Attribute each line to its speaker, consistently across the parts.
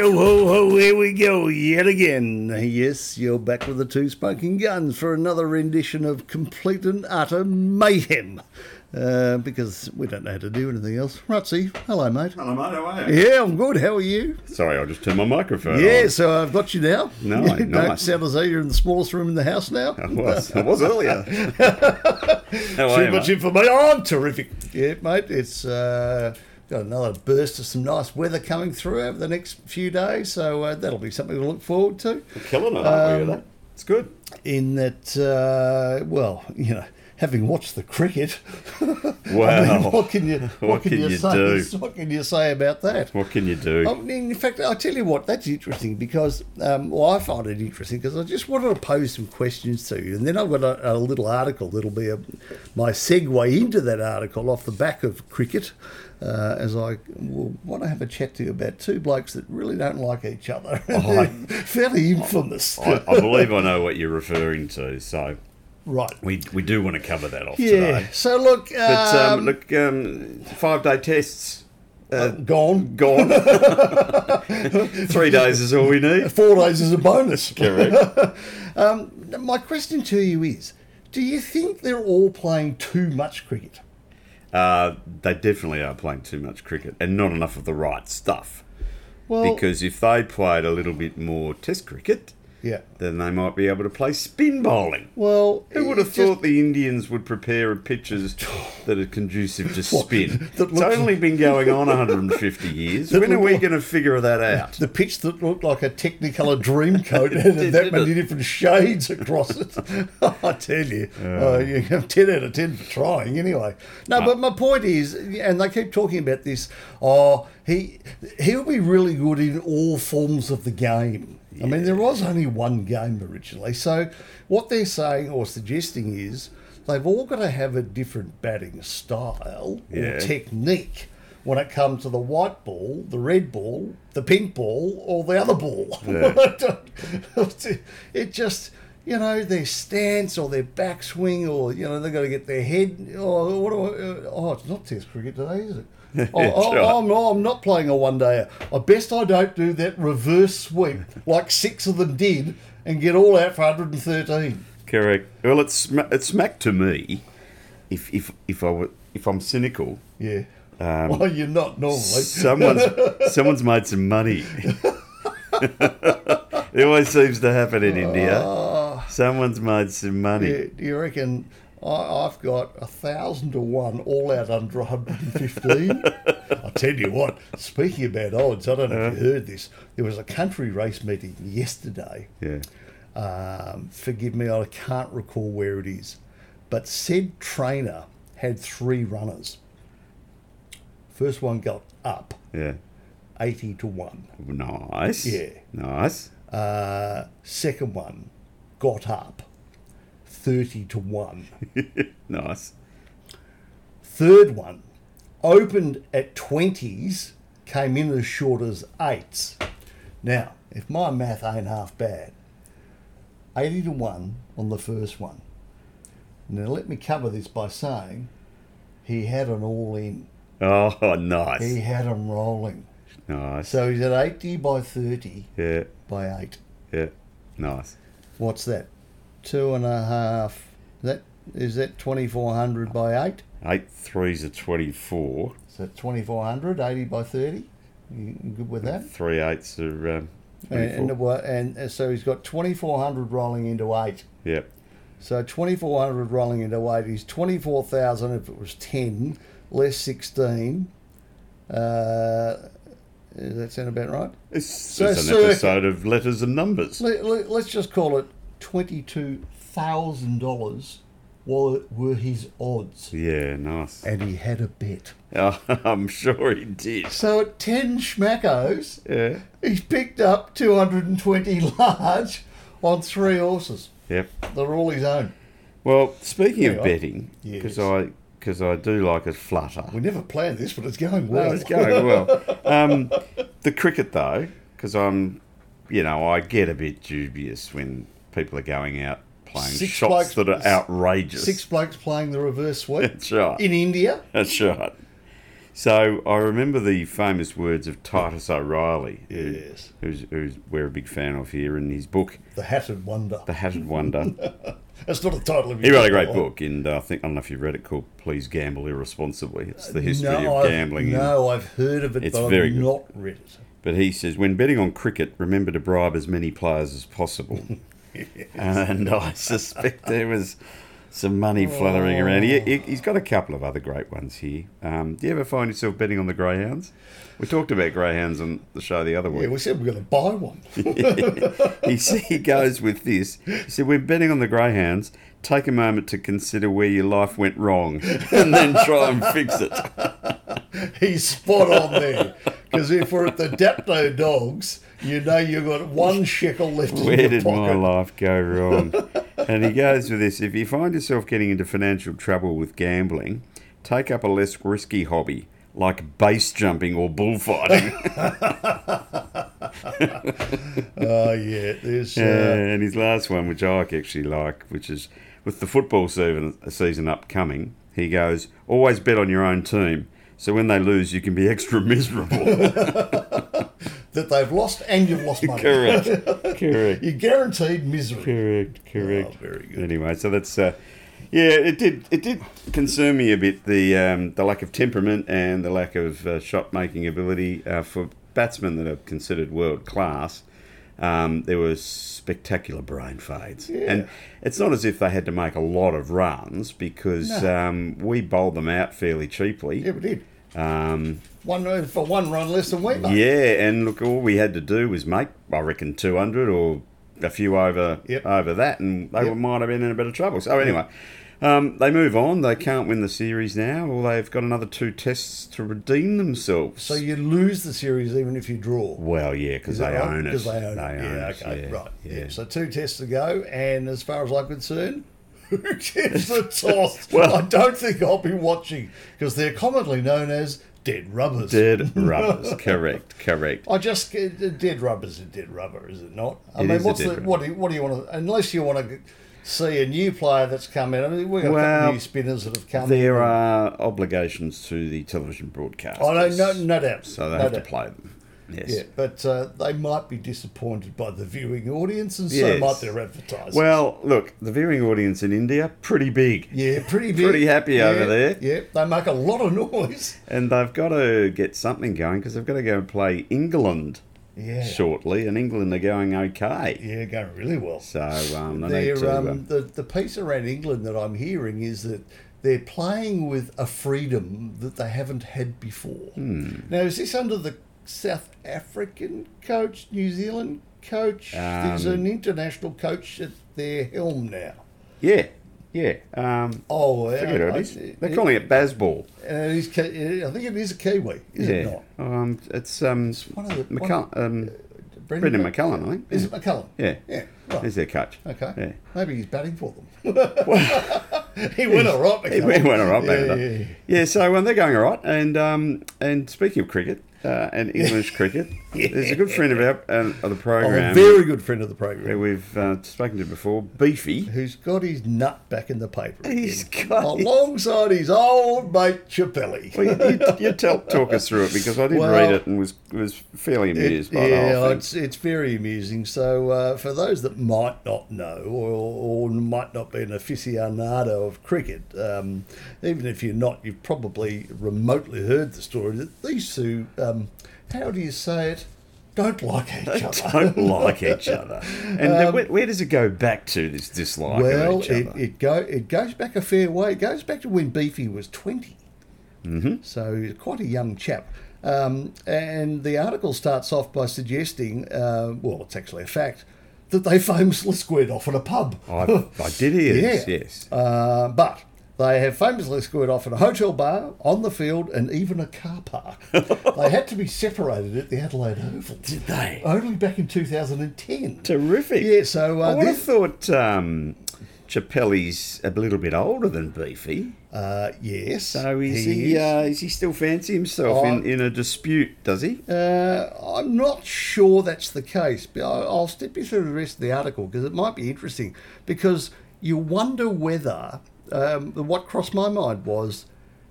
Speaker 1: Well, here we go yet again. Yes, you're back with the two smoking guns for another rendition of complete and utter mayhem. Uh, because we don't know how to do anything else. Rutsy, hello, mate.
Speaker 2: Hello, mate. How are you?
Speaker 1: Yeah, I'm good. How are you?
Speaker 2: Sorry, I just turned my microphone
Speaker 1: Yeah, so I've got you now.
Speaker 2: No,
Speaker 1: you don't
Speaker 2: nice.
Speaker 1: sound as though you're in the smallest room in the house now.
Speaker 2: on. I was. I was earlier. How are
Speaker 1: Too
Speaker 2: you,
Speaker 1: much
Speaker 2: mate?
Speaker 1: information. Oh, I'm terrific. Yeah, mate. It's uh, got another burst of some nice weather coming through over the next few days, so uh, that'll be something to look forward to.
Speaker 2: Killing it, aren't we, with
Speaker 1: Um,
Speaker 2: that? It's good.
Speaker 1: In that, uh, well, you know, having watched the cricket, I mean,
Speaker 2: Wow.
Speaker 1: what can you what, can, you, say?
Speaker 2: do?
Speaker 1: What can you say about that?
Speaker 2: What can you do?
Speaker 1: I mean, in fact, I'll tell you what, that's interesting because, um, well, I find it interesting because I just wanted to pose some questions to you. And then I've got a, a little article that'll be a, my segue into that article off the back of cricket. Uh, as I will want to have a chat to you about two blokes that really don't like each other.
Speaker 2: Oh, I-
Speaker 1: fairly infamous.
Speaker 2: I, I believe I know what you're referring to. So
Speaker 1: right.
Speaker 2: we we do want to cover that off
Speaker 1: Yeah.
Speaker 2: today.
Speaker 1: So, look, um, uh,
Speaker 2: But um, look, um, five day tests
Speaker 1: gone.
Speaker 2: gone. Three days is all we need.
Speaker 1: Four days is a bonus.
Speaker 2: Correct.
Speaker 1: My question to you is do you think they're all playing too much cricket?
Speaker 2: Uh, they definitely are playing too much cricket and not enough of the right stuff.
Speaker 1: Well,
Speaker 2: because if they played a little bit more Test cricket,
Speaker 1: yeah.
Speaker 2: then they might be able to play spin bowling.
Speaker 1: Well,
Speaker 2: Who would
Speaker 1: it
Speaker 2: have
Speaker 1: just-
Speaker 2: thought the Indians would prepare pitches that are conducive to spin?
Speaker 1: That
Speaker 2: it's
Speaker 1: looks-
Speaker 2: only been going on 150 years. When are
Speaker 1: look
Speaker 2: we
Speaker 1: like-
Speaker 2: going to figure that out?
Speaker 1: the pitch that looked like a Technicolor dream coat and had that many different shades across it? I tell you, uh, you have ten out of ten for trying anyway. No, but my point is, and they keep talking about this. Oh, he he'll be really good in all forms of the game. I mean, there was only one game originally, so what they're saying or suggesting is they've all got to have a different batting style or
Speaker 2: Yeah.
Speaker 1: technique when it comes to the white ball, the red ball, the pink ball, or the other ball. it just, you know, their stance or their backswing, or you know, they've got to get their head. Or what do I, oh, it's not Test cricket today, is it? Oh, oh,
Speaker 2: right.
Speaker 1: I'm, not, I'm not playing a one day. I best I don't do that reverse sweep like six of them did and get all out for 113.
Speaker 2: Correct. Well, it's sma- it's smack to me. If if if I were, if I'm cynical,
Speaker 1: Yeah. well, you're not normally.
Speaker 2: someone's someone's made some money. it always seems to happen in
Speaker 1: Ah.
Speaker 2: India. Someone's made some money.
Speaker 1: Yeah, do you reckon I, I've got a thousand to one all out under 115? I tell you what, speaking about odds, I don't know if you heard this. There was a country race meeting yesterday.
Speaker 2: Yeah.
Speaker 1: Um, forgive me, I can't recall where it is. But said trainer had three runners. First one got up
Speaker 2: Yeah.
Speaker 1: 80 to 1.
Speaker 2: Nice.
Speaker 1: Yeah.
Speaker 2: Nice.
Speaker 1: Uh, second one got up 30 to 1.
Speaker 2: Nice.
Speaker 1: Third one opened at 20s, came in as short as eights. Now, if my math ain't half bad, 80 to 1 on the first one. Now, let me cover this by saying he had an all in,
Speaker 2: Oh,
Speaker 1: he
Speaker 2: nice.
Speaker 1: had 'em rolling.
Speaker 2: Nice.
Speaker 1: So he's at 80 by 30
Speaker 2: Yeah.
Speaker 1: by 8.
Speaker 2: Yeah. Nice.
Speaker 1: What's that? Two and a half. That is that 2400 by 8?
Speaker 2: Eight threes are 24.
Speaker 1: So 2400, 80 by 30. You you good with that?
Speaker 2: Three eights are um,
Speaker 1: And,
Speaker 2: 24.
Speaker 1: and, it wa- and uh, so he's got 2,400 rolling into eight.
Speaker 2: yeah.
Speaker 1: So 2,400 rolling into eight is 24,000 if it was 10, less 16. Uh, does that sound about right?
Speaker 2: It's,
Speaker 1: So
Speaker 2: it's an
Speaker 1: circa-
Speaker 2: episode of Letters and Numbers.
Speaker 1: Let, let, us just call it $22,000 were, were his odds.
Speaker 2: Yeah, nice.
Speaker 1: And he had a bet.
Speaker 2: Oh, I'm sure he did.
Speaker 1: So at 10 schmackos,
Speaker 2: Yeah.
Speaker 1: he's picked up 220 large on three horses.
Speaker 2: Yep.
Speaker 1: They're all his own.
Speaker 2: Well, speaking of
Speaker 1: Anyway.
Speaker 2: betting, because
Speaker 1: Yes.
Speaker 2: I because I do like a flutter.
Speaker 1: We never planned this, but it's going well.
Speaker 2: Well, it's going well. Um, the cricket, though, because I'm, you know, I get a bit dubious when people are going out playing
Speaker 1: Six blokes-
Speaker 2: shots that are outrageous.
Speaker 1: Six blokes playing the reverse sweep
Speaker 2: That's right.
Speaker 1: in India.
Speaker 2: That's right. So I remember the famous words of Titus O'Reilly, who-
Speaker 1: Yes.
Speaker 2: who's, who's we're a big fan of here, in his book,
Speaker 1: The Hatted Wonder.
Speaker 2: The Hatted Wonder.
Speaker 1: That's not the title of
Speaker 2: he
Speaker 1: your
Speaker 2: wrote a great
Speaker 1: book.
Speaker 2: book, and uh, I think I don't know if you've read it called "Please Gamble Irresponsibly." It's the history
Speaker 1: no,
Speaker 2: of
Speaker 1: I've-
Speaker 2: gambling. in-
Speaker 1: no, I've heard of it,
Speaker 2: It's
Speaker 1: but I've
Speaker 2: very good.
Speaker 1: not read it.
Speaker 2: But he says, when betting on cricket, remember to bribe as many players as possible. And I suspect there was some money fluttering around. He, he, he's got a couple of other great ones here. Um, do you ever find yourself betting on the greyhounds? We talked about greyhounds on the show the other
Speaker 1: Yeah,
Speaker 2: week.
Speaker 1: we said we're going to buy one.
Speaker 2: he, s- he goes with this. He said, when betting on the greyhounds, take a moment to consider where your life went wrong and then try and fix it.
Speaker 1: He's spot on there. Because if we're at the Dapto Dogs, you know you've got one shekel left in
Speaker 2: Where
Speaker 1: your
Speaker 2: did my
Speaker 1: pocket.
Speaker 2: life go wrong? and he goes with this if you find yourself getting into financial trouble with gambling, take up a less risky hobby like base jumping or bullfighting.
Speaker 1: Oh, yeah. There's, uh,
Speaker 2: and his last one, which I actually like, which is with the football season, season upcoming, he goes, always bet on your own team. So when they lose, you can be extra miserable.
Speaker 1: that they've lost and you've lost money.
Speaker 2: correct. Correct.
Speaker 1: You're guaranteed misery.
Speaker 2: Correct. Correct.
Speaker 1: Oh, very good.
Speaker 2: Anyway, so that's uh, yeah, it did it did concern me a bit the um, the lack of temperament and the lack of uh, shot making ability uh, for batsmen that are considered world class. Um, there were spectacular brain fades, and it's not as if they had to make a lot of runs because um, we bowled them out fairly cheaply.
Speaker 1: Yeah, we did.
Speaker 2: Um,
Speaker 1: One uh, for one run less than we made.
Speaker 2: yeah, and look, all we had to do was make, I reckon, two hundred or a few over
Speaker 1: Yep.
Speaker 2: over that, and they might have been in a bit of trouble. So anyway, um, they move on. They can't win the series now, or they've got another two tests to redeem themselves.
Speaker 1: So you lose the series even if you draw.
Speaker 2: well, yeah, because
Speaker 1: Is
Speaker 2: they,
Speaker 1: that right?
Speaker 2: own it.
Speaker 1: 'Cause They own it. yeah,
Speaker 2: it,
Speaker 1: okay,
Speaker 2: yeah,
Speaker 1: right. Yeah.
Speaker 2: yeah.
Speaker 1: So two tests to go, and as far as I'm concerned, who gets the toss?
Speaker 2: Well-
Speaker 1: I don't think I'll be watching because they're commonly known as dead rubbers.
Speaker 2: Dead rubbers, correct, correct.
Speaker 1: I just uh, dead rubber's a dead rubber, is it not? I
Speaker 2: It
Speaker 1: mean,
Speaker 2: is a
Speaker 1: what's
Speaker 2: dead
Speaker 1: the,
Speaker 2: rubber.
Speaker 1: what do you, what do you want to? Unless you want to see a new player that's come in. I mean, we've got a
Speaker 2: Well,
Speaker 1: couple new spinners that have come.
Speaker 2: There
Speaker 1: in.
Speaker 2: are obligations to the television broadcast.
Speaker 1: I don't know, no doubt.
Speaker 2: so they
Speaker 1: no
Speaker 2: have to
Speaker 1: doubt.
Speaker 2: play them. Yes.
Speaker 1: Yeah, but uh, they might be disappointed by the viewing audience, and so
Speaker 2: Yes.
Speaker 1: might their advertisers.
Speaker 2: Well, look, the viewing audience in India pretty big.
Speaker 1: yeah, pretty big.
Speaker 2: pretty happy
Speaker 1: Yeah,
Speaker 2: over there.
Speaker 1: Yeah, they make a lot of noise.
Speaker 2: And they've got to get something going because they've got to go and play England
Speaker 1: Yeah.
Speaker 2: shortly, and England are going okay.
Speaker 1: Yeah, going really well.
Speaker 2: So um, they need
Speaker 1: They're,
Speaker 2: to.
Speaker 1: um,
Speaker 2: um,
Speaker 1: the the piece around England that I'm hearing is that they're playing with a freedom that they haven't had before.
Speaker 2: Hmm.
Speaker 1: Now, is this under the South African coach, New Zealand coach? There's
Speaker 2: Um,
Speaker 1: an international coach at their helm now.
Speaker 2: yeah, yeah. Um,
Speaker 1: Oh,
Speaker 2: I forget who it is.
Speaker 1: I-
Speaker 2: They're calling it Basball.
Speaker 1: Uh, he's, Ki- uh, I think it is a Kiwi, is it
Speaker 2: Yeah.
Speaker 1: not?
Speaker 2: Um, it's um,
Speaker 1: one of the-
Speaker 2: McCull- um, Brendan
Speaker 1: Mac-
Speaker 2: McCullum, I think.
Speaker 1: Is it McCullum?
Speaker 2: Yeah.
Speaker 1: Yeah. Right.
Speaker 2: He's their coach.
Speaker 1: okay.
Speaker 2: Yeah.
Speaker 1: Maybe he's batting for them. he went all right.
Speaker 2: He
Speaker 1: McCullum.
Speaker 2: went all right,
Speaker 1: Yeah,
Speaker 2: yeah,
Speaker 1: yeah, yeah.
Speaker 2: yeah, so um, they're going all right. And um, and speaking of cricket uh, and English cricket, there's a good friend of our um, of the
Speaker 1: Oh,
Speaker 2: program
Speaker 1: a very good friend of the
Speaker 2: that
Speaker 1: program.
Speaker 2: we've uh, spoken to before, Beefy.
Speaker 1: Who's got his nut back in the paper? again,
Speaker 2: He's got his-
Speaker 1: alongside his old mate Chappelli.
Speaker 2: Well, you, you, you tell, talk us through it because I did
Speaker 1: Well,
Speaker 2: read it and was was fairly amused by the
Speaker 1: yeah,
Speaker 2: whole thing.
Speaker 1: it's it's very amusing. So uh, for those that might not know, or, or might not be an aficionado of cricket, um, even if you're not, you've probably remotely heard the story that these two, um, how do you say it, don't like each
Speaker 2: They
Speaker 1: other.
Speaker 2: don't like each other. And then where, where does it go back to this dislike
Speaker 1: Um, Well,
Speaker 2: of each
Speaker 1: it,
Speaker 2: other?
Speaker 1: it go it goes back a fair way. It goes back to when Beefy was 20 Mm-hmm. So he's quite a young chap. Um, and the article starts off by suggesting, uh, well, it's actually a fact, that they famously squared off at a pub.
Speaker 2: Oh, I, I did hear this,
Speaker 1: Yeah.
Speaker 2: yes.
Speaker 1: Uh, but they have famously scored off in a hotel bar, on the field, and even a car park. they had to be separated at the Adelaide Oval. Did
Speaker 2: they?
Speaker 1: Only back in 2010.
Speaker 2: Terrific.
Speaker 1: Yeah, so
Speaker 2: I
Speaker 1: uh,
Speaker 2: would
Speaker 1: this-
Speaker 2: have thought um, Chappelli's a little bit older than Beefy.
Speaker 1: uh, yes.
Speaker 2: So is he,
Speaker 1: is. Oh,
Speaker 2: Uh, is he still fancy himself in, in a dispute, does he?
Speaker 1: Uh, I'm not sure that's the case, but I- I'll step you through the rest of the article because it might be interesting. Because you wonder whether um, what crossed my mind was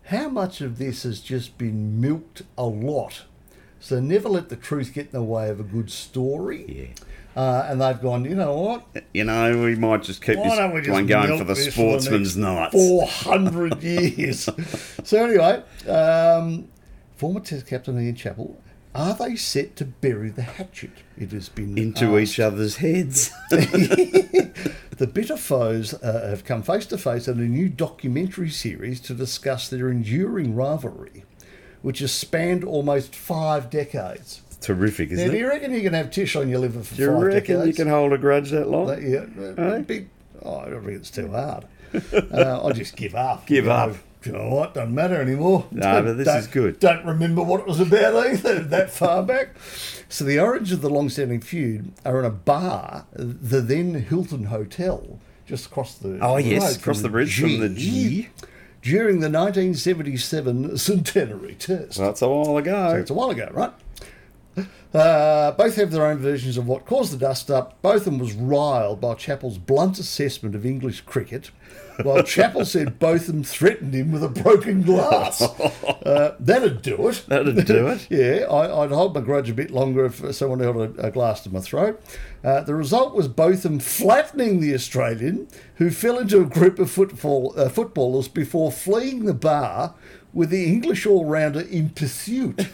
Speaker 1: how much of this has just been milked a lot? So never let the truth get in the way of a good story.
Speaker 2: Yeah.
Speaker 1: Uh, and they've gone, you know what?
Speaker 2: You know, we might just keep
Speaker 1: Why
Speaker 2: this
Speaker 1: don't we just
Speaker 2: one going
Speaker 1: milk
Speaker 2: for the
Speaker 1: this
Speaker 2: sportsman's
Speaker 1: for the
Speaker 2: night.
Speaker 1: next 400 years. So, anyway, um, former Test captain Ian Chappell, are they set to bury the hatchet? It has been
Speaker 2: Into
Speaker 1: asked.
Speaker 2: each other's heads.
Speaker 1: The bitter foes uh, have come face to face in a new documentary series to discuss their enduring rivalry, which has spanned almost five decades.
Speaker 2: Terrific,
Speaker 1: Now,
Speaker 2: isn't
Speaker 1: do
Speaker 2: it?
Speaker 1: you reckon you can have tish on your liver for
Speaker 2: Do you
Speaker 1: five
Speaker 2: reckon
Speaker 1: decades?
Speaker 2: you can hold a grudge that long?
Speaker 1: But, yeah, uh, big, oh, I don't think it's too hard. Uh, I just give up.
Speaker 2: Give
Speaker 1: You know,
Speaker 2: up.
Speaker 1: You know what? Doesn't matter anymore.
Speaker 2: Nah, but this
Speaker 1: Don't-
Speaker 2: is good.
Speaker 1: Don't remember what it was about either that far back. So the origins of the long-standing feud are in a bar, the then Hilton Hotel, just across the
Speaker 2: Oh,
Speaker 1: road
Speaker 2: yes,
Speaker 1: from E
Speaker 2: across the bridge from the G. E.
Speaker 1: during the 1977 centenary test.
Speaker 2: That's a while ago.
Speaker 1: It's a while ago, right? Uh, both have their own versions of what caused the dust up. Both of them was riled by Chappell's blunt assessment of English cricket, while Chappell said both of them threatened him with a broken glass. Uh, that'd do it.
Speaker 2: That'd do it.
Speaker 1: Yeah, I, I'd hold my grudge a bit longer if someone held a, a glass to my throat. Uh, the result was Botham flattening the Australian, who fell into a group of football, uh, footballers before fleeing the bar with the English all rounder in pursuit.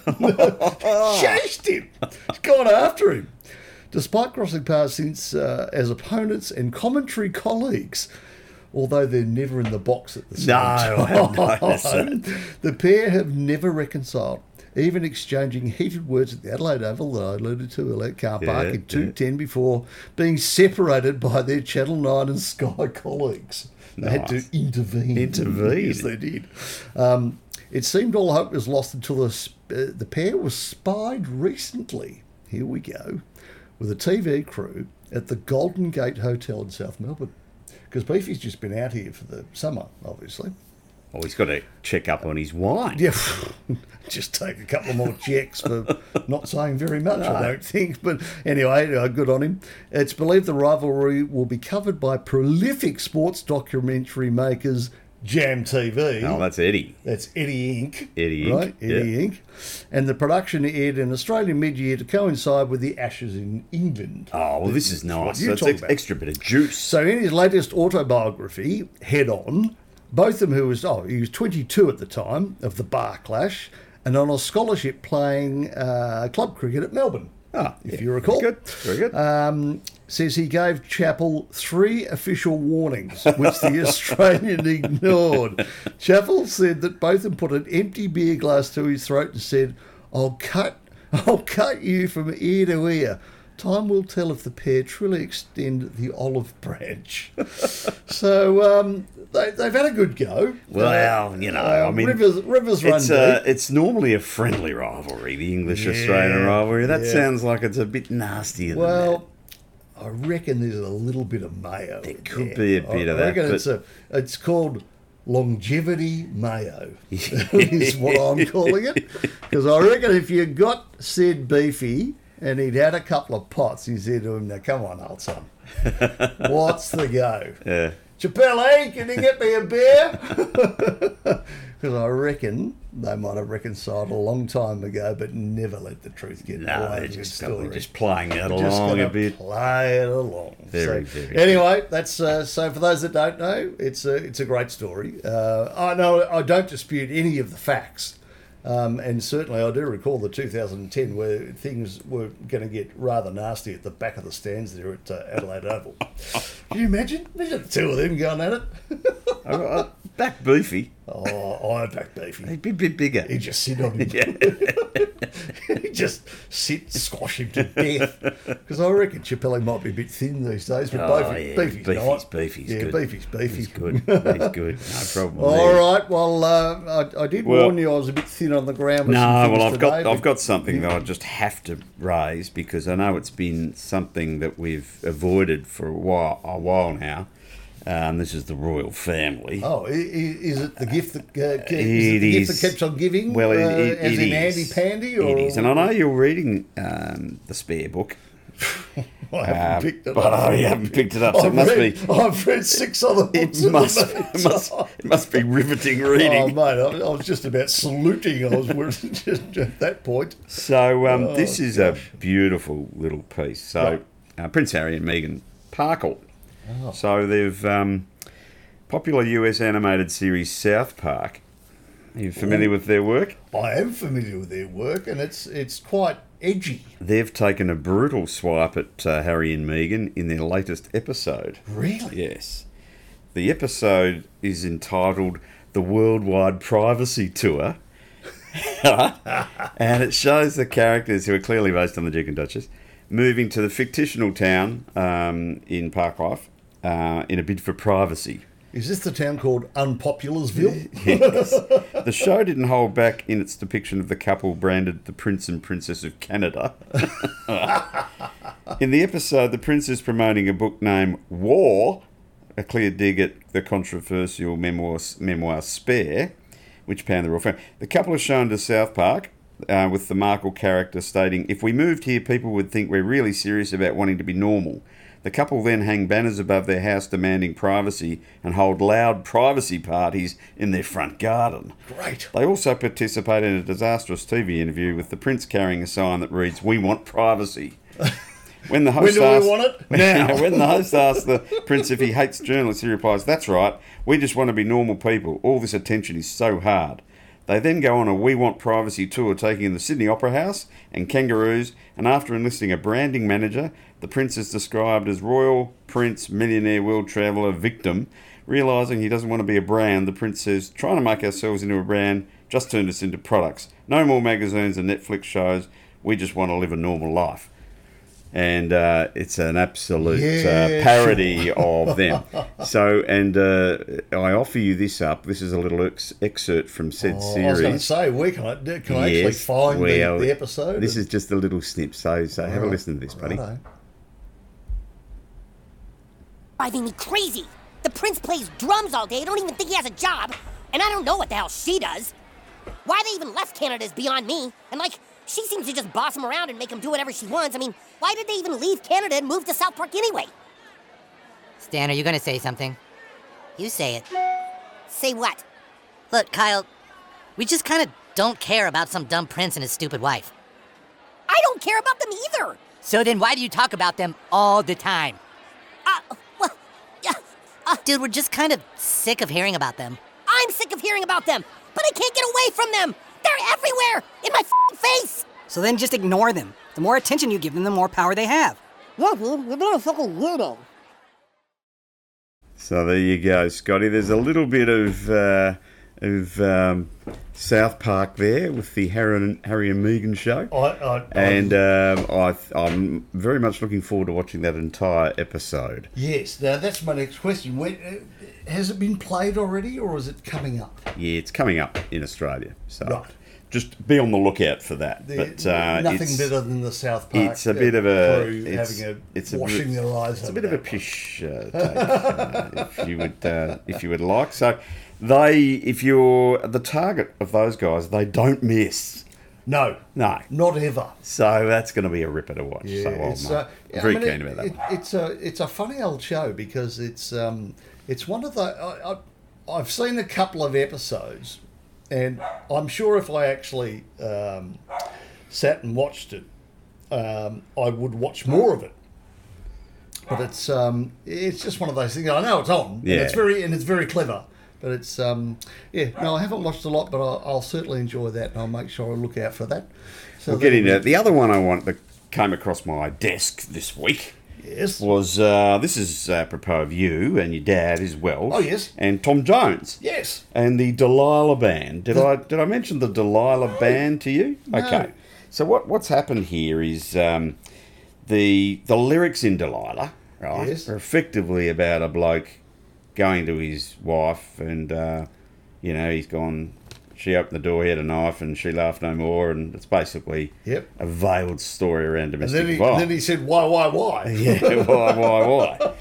Speaker 1: Chased him, He's gone after him. Despite crossing paths since uh, as opponents and commentary colleagues, although they're never in the box at the same
Speaker 2: No, I
Speaker 1: time.
Speaker 2: have noticed that.
Speaker 1: The pair have never reconciled, even exchanging heated words at the Adelaide Oval that I alluded to earlier, at car park
Speaker 2: Yeah,
Speaker 1: in
Speaker 2: yeah.
Speaker 1: 210 before being separated by their Channel 9 and Sky colleagues. They had to
Speaker 2: Nice.
Speaker 1: intervene.
Speaker 2: Intervene.
Speaker 1: yes, they did. Um, it seemed all hope was lost until the, sp- uh, the pair was spied recently. Here we go. With a TV crew at the Golden Gate Hotel in South Melbourne. Because Beefy's just been out here for the summer, obviously.
Speaker 2: Oh, he's got to check up on his wine.
Speaker 1: Yeah, just take a couple more checks for not saying very much, I don't think. But anyway, uh, good on him. It's believed the rivalry will be covered by prolific sports documentary makers Jam TV.
Speaker 2: Oh, that's Eddie.
Speaker 1: That's Eddie Inc.
Speaker 2: Eddie Inc,
Speaker 1: Right, Eddie
Speaker 2: yeah.
Speaker 1: Inc. And the production aired in Australia mid year to coincide with the Ashes in England.
Speaker 2: Oh, well, this is nice.
Speaker 1: you
Speaker 2: That's
Speaker 1: talk
Speaker 2: ex-
Speaker 1: about.
Speaker 2: extra bit of juice.
Speaker 1: So in his latest autobiography, Head On, Botham, who was oh he was 22 at the time of the bar clash, and on a scholarship playing uh, club cricket at Melbourne.
Speaker 2: Ah,
Speaker 1: if
Speaker 2: yeah,
Speaker 1: you recall,
Speaker 2: Very good. Very good.
Speaker 1: Um, says he gave Chappell three official warnings, which the Australian ignored. Chappell said that Botham put an empty beer glass to his throat and said, "I'll cut, I'll cut you from ear to ear." Time will tell if the pair truly extend the olive branch. so um, they, they've had a good go.
Speaker 2: Well, you know, I mean,
Speaker 1: uh, rivers, rivers run
Speaker 2: it's, uh,
Speaker 1: deep.
Speaker 2: it's normally a friendly rivalry, the English Australian rivalry. That
Speaker 1: yeah.
Speaker 2: sounds like it's a bit nastier than that.
Speaker 1: Well, I reckon there's a little bit of mayo. There
Speaker 2: could be a bit
Speaker 1: I,
Speaker 2: of
Speaker 1: I
Speaker 2: that,
Speaker 1: reckon
Speaker 2: but-
Speaker 1: it's, a, it's called longevity mayo, is what I'm calling it. Because I reckon if you got said beefy and he'd had a couple of pots, he said to him, Now come on, old son, what's the go?
Speaker 2: Yeah.
Speaker 1: Chappelle, can you get me a beer? Because I reckon they might have reconciled a long time ago, but never let the truth get in the
Speaker 2: No,
Speaker 1: way
Speaker 2: they're
Speaker 1: of a good
Speaker 2: just,
Speaker 1: story.
Speaker 2: probably just playing that
Speaker 1: Just
Speaker 2: along
Speaker 1: gonna
Speaker 2: a bit.
Speaker 1: Play it along.
Speaker 2: Very,
Speaker 1: so,
Speaker 2: very
Speaker 1: Anyway, that's uh, so. For those that don't know, it's a it's a great story. Uh, I know I don't dispute any of the facts, um, and certainly I do recall the 2010 where things were going to get rather nasty at the back of the stands there at uh, Adelaide Oval. Can you imagine? Imagine the two of them going at it.
Speaker 2: I- I- Oh, Back beefy,
Speaker 1: Oh, I back beefy.
Speaker 2: a bit, bit bigger.
Speaker 1: He just sit on him. He just sit, squash him to death. Because I reckon Chappelle might be a bit thin these days, but
Speaker 2: Oh,
Speaker 1: Beefy,
Speaker 2: yeah,
Speaker 1: Beefy's
Speaker 2: Beefy's-
Speaker 1: not.
Speaker 2: Beefy's
Speaker 1: yeah,
Speaker 2: good.
Speaker 1: Beefy's beefy.
Speaker 2: He's good. He's good. No problem.
Speaker 1: All
Speaker 2: there.
Speaker 1: right. Well, uh, I, I did
Speaker 2: Well-
Speaker 1: warn you I was a bit thin on the ground. With some
Speaker 2: No,
Speaker 1: things
Speaker 2: well, I've got
Speaker 1: today,
Speaker 2: I've
Speaker 1: but-
Speaker 2: got something that I just have to raise because I know it's been something that we've avoided for a while a while now. Um, this is the royal family.
Speaker 1: Oh, i- i- is it the gift that uh, ke- is it
Speaker 2: It
Speaker 1: the gift
Speaker 2: is.
Speaker 1: that keeps on giving?
Speaker 2: Well, it,
Speaker 1: uh,
Speaker 2: it,
Speaker 1: as
Speaker 2: it
Speaker 1: in
Speaker 2: is.
Speaker 1: Andy Pandy,
Speaker 2: It
Speaker 1: or
Speaker 2: is, and I know you're reading um, the spare book.
Speaker 1: I haven't
Speaker 2: Um,
Speaker 1: picked it
Speaker 2: but
Speaker 1: up.
Speaker 2: I haven't picked it up, so it
Speaker 1: I've
Speaker 2: must
Speaker 1: read,
Speaker 2: be
Speaker 1: I've read six other books.
Speaker 2: It
Speaker 1: in the
Speaker 2: must, it must,
Speaker 1: meantime.
Speaker 2: it must be riveting
Speaker 1: Oh,
Speaker 2: reading.
Speaker 1: mate, I, I was just about saluting. I was just at that point.
Speaker 2: so um, this is a beautiful little piece. So uh, Prince Harry and Meghan Parkle. So they've um, popular US animated series South Park. Are you familiar with their work?
Speaker 1: I am familiar with their work, and it's it's quite edgy.
Speaker 2: They've taken a brutal swipe at uh, Harry and Meghan in their latest episode.
Speaker 1: Really?
Speaker 2: Yes. The episode is entitled The Worldwide Privacy Tour. and it shows the characters who are clearly based on the Duke and Duchess moving to the fictional town um, in Parklife uh, in a bid for privacy.
Speaker 1: Is this the town called Unpopularsville?
Speaker 2: Yes. the show didn't hold back in its depiction of the couple branded the Prince and Princess of Canada. in the episode, the Prince is promoting a book named War, a clear dig at the controversial memoir, memoir Spare, which panned the royal family. The couple are shown to South Park. Uh, with the Markle character stating, If we moved here, people would think we're really serious about wanting to be normal. The couple then hang banners above their house demanding privacy and hold loud privacy parties in their front garden.
Speaker 1: Great. Oh,
Speaker 2: They also participate in a disastrous TV interview with the prince carrying a sign that reads, "We want privacy." When the host
Speaker 1: do we
Speaker 2: asks,
Speaker 1: want it?
Speaker 2: Now. when the host asks the prince if he hates journalists, he replies, "That's right. We just want to be normal people. All this attention is so hard." They then go on a We Want Privacy tour, taking in the Sydney Opera House and kangaroos. And after enlisting a branding manager, the prince is described as royal, prince, millionaire, world traveller, victim. Realising he doesn't want to be a brand, the prince says, trying to make ourselves into a brand just turned us into products. No more magazines and Netflix shows. We just want to live a normal life. And uh, it's an absolute
Speaker 1: Yeah,
Speaker 2: uh, parody of them. So, and uh, I offer you this up. This is a little ex- excerpt from said
Speaker 1: Oh, I was going to
Speaker 2: series.
Speaker 1: say, where can I, do- can I actually
Speaker 2: Yes,
Speaker 1: find
Speaker 2: well,
Speaker 1: the, the episode?
Speaker 2: This is just a little snip. So, so have a
Speaker 1: Right.
Speaker 2: listen to this, buddy.
Speaker 1: Righto.
Speaker 3: driving me crazy. The prince plays drums all day. I don't even think he has a job. And I don't know what the hell she does. Why they even left Canada is beyond me. And like, she seems to just boss him around and make him do whatever she wants. I mean, why did they even leave Canada and move to South Park anyway?
Speaker 4: Stan, are you going to say something? You say it.
Speaker 3: Say what?
Speaker 4: Look, Kyle, we just kind of don't care about some dumb prince and his stupid wife.
Speaker 3: I don't care about them either.
Speaker 4: So then why do you talk about them all the time?
Speaker 3: Uh, well, yeah, uh,
Speaker 4: Dude, we're just kind of sick of hearing about them.
Speaker 3: I'm sick of hearing about them, but I can't get away from them. They're everywhere in my f- face.
Speaker 5: So then just ignore them. The more attention you give them, the more power they have.
Speaker 3: Yeah, dude, you're being a fucking weirdo.
Speaker 2: So there you go, Scotty. There's a little bit of uh, of um, South Park there with the Harry and, Harry and Megan show,
Speaker 1: I, I, I,
Speaker 2: and um, I, I'm very much looking forward to watching that entire episode.
Speaker 1: yes, now that's my next question. When, uh, has it been played already, or is it coming up?
Speaker 2: Yeah, it's coming up in Australia, so
Speaker 1: Right.
Speaker 2: just be on the lookout for that.
Speaker 1: The-
Speaker 2: but uh,
Speaker 1: nothing
Speaker 2: it's,
Speaker 1: better than the South Park.
Speaker 2: it's a
Speaker 1: uh,
Speaker 2: bit of a
Speaker 1: crew
Speaker 2: it's,
Speaker 1: having a
Speaker 2: it's
Speaker 1: washing
Speaker 2: bit-
Speaker 1: their eyes.
Speaker 2: It's a
Speaker 1: over
Speaker 2: bit of a
Speaker 1: that.
Speaker 2: pish uh, take, uh, if you would uh, if you would like. So they, if you're the target of those guys, they don't miss.
Speaker 1: No,
Speaker 2: No.
Speaker 1: not ever.
Speaker 2: So that's going to be a ripper to watch. so I'll,
Speaker 1: it's,
Speaker 2: uh,
Speaker 1: uh, yeah, I
Speaker 2: very
Speaker 1: mean,
Speaker 2: keen
Speaker 1: it-
Speaker 2: about that.
Speaker 1: it- It's a it's a funny old show because it's um it's one of the I, I, I've seen a couple of episodes, and I'm sure if I actually um, sat and watched it, um, I would watch more of it. But it's um it's just one of those things. I know it's on.
Speaker 2: Yeah.
Speaker 1: And it's very and it's very clever. But it's um yeah no I haven't watched a lot but I'll, I'll certainly enjoy that and I'll make sure I look out for that. So
Speaker 2: we'll get
Speaker 1: that-
Speaker 2: into it. The other one I want that came across my desk this week
Speaker 1: Yes.
Speaker 2: was uh, this is uh, apropos of you and your dad as well.
Speaker 1: Oh, yes.
Speaker 2: And Tom Jones.
Speaker 1: Yes.
Speaker 2: And the Delilah Band. Did I did I mention the Delilah Band to you? Okay. So what what's happened here is um, the the lyrics in Delilah, right,
Speaker 1: Yes.
Speaker 2: are effectively about a bloke going to his wife and uh, you know he's gone. She opened the door, he had a knife, and she laughed no more. And it's basically
Speaker 1: Yep.
Speaker 2: a veiled story around
Speaker 1: And
Speaker 2: domestic
Speaker 1: then he,
Speaker 2: violence.
Speaker 1: then he said, why, why, why?
Speaker 2: Yeah, why, why, why?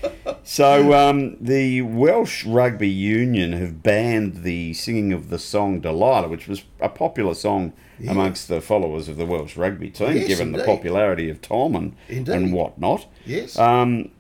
Speaker 2: So um, the Welsh Rugby Union have banned the singing of the song Delilah, which was a popular song amongst the followers of the Welsh rugby team,
Speaker 1: Yes,
Speaker 2: given the
Speaker 1: indeed.
Speaker 2: popularity of Tom and, and
Speaker 1: Indeed.
Speaker 2: whatnot.
Speaker 1: Yes.
Speaker 2: Um,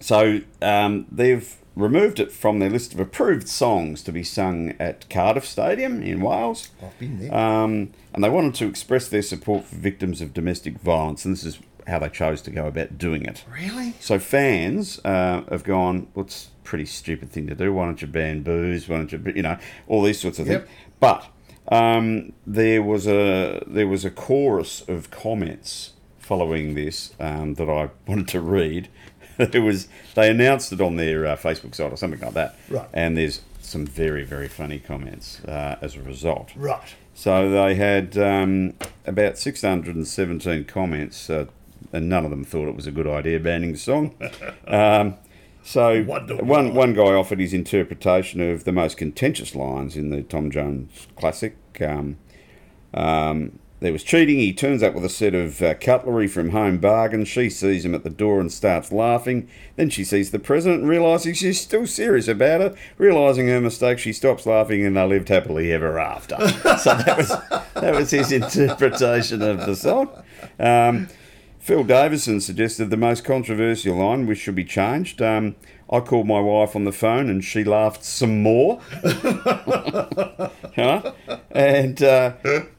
Speaker 2: so um, they've removed it from their list of approved songs to be sung at Cardiff Stadium in Wales.
Speaker 1: I've been there.
Speaker 2: Um, and they wanted to express their support for victims of domestic violence, and this is how they chose to go about doing it.
Speaker 1: really?
Speaker 2: So fans uh, have gone, well, it's a pretty stupid thing to do. Why don't you ban booze? Why don't you, you know, all these sorts of
Speaker 1: Yep.
Speaker 2: things. But um, there was a there was a chorus of comments following this um, that I wanted to read. it was they announced it on their uh, Facebook site or something like that.
Speaker 1: Right.
Speaker 2: And there's some very very funny comments uh, as a result.
Speaker 1: Right.
Speaker 2: So they had um, about 617 comments, uh, and none of them thought it was a good idea banning the song. um, so
Speaker 1: Wonder
Speaker 2: one
Speaker 1: why.
Speaker 2: one guy offered his interpretation of the most contentious lines in the Tom Jones classic. Um, um, there was cheating. He turns up with a set of uh, cutlery from Home Bargain. She sees him at the door and starts laughing. Then she sees the president and realises she's still serious about it. Realising her mistake, she stops laughing and they lived happily ever after. so that was, that was his interpretation of the song. Um, Phil Davison suggested the most controversial line, which should be changed. Um, I called my wife on the phone and she laughed some more. Huh? And uh,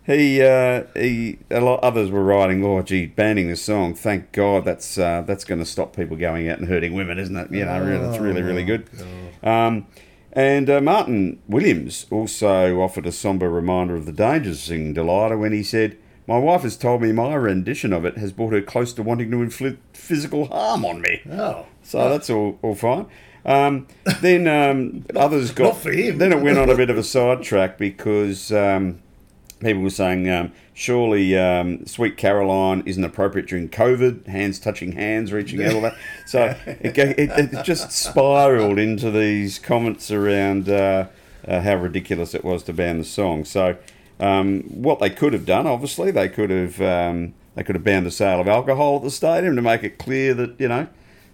Speaker 2: he, uh, he, a lot others were writing, "Oh, gee, banning this song. Thank God, that's uh, that's going to stop people going out and hurting women, isn't it? You know, really, that's really, really good." Um, and uh, Martin Williams also offered a somber reminder of the dangers of singing Delilah when he said, "My wife has told me my rendition of it has brought her close to wanting to inflict physical harm on me."
Speaker 1: Oh.
Speaker 2: So that's all, all fine. Um, then um, others got.
Speaker 1: for him.
Speaker 2: Then it went on a bit of a sidetrack because um, people were saying, um, surely um, Sweet Caroline isn't appropriate during COVID, hands touching hands, reaching out, all that. So it, go- it, it just spiraled into these comments around uh, uh, how ridiculous it was to ban the song. So um, what they could have done, obviously, they could have um, they could have banned the sale of alcohol at the stadium to make it clear that you know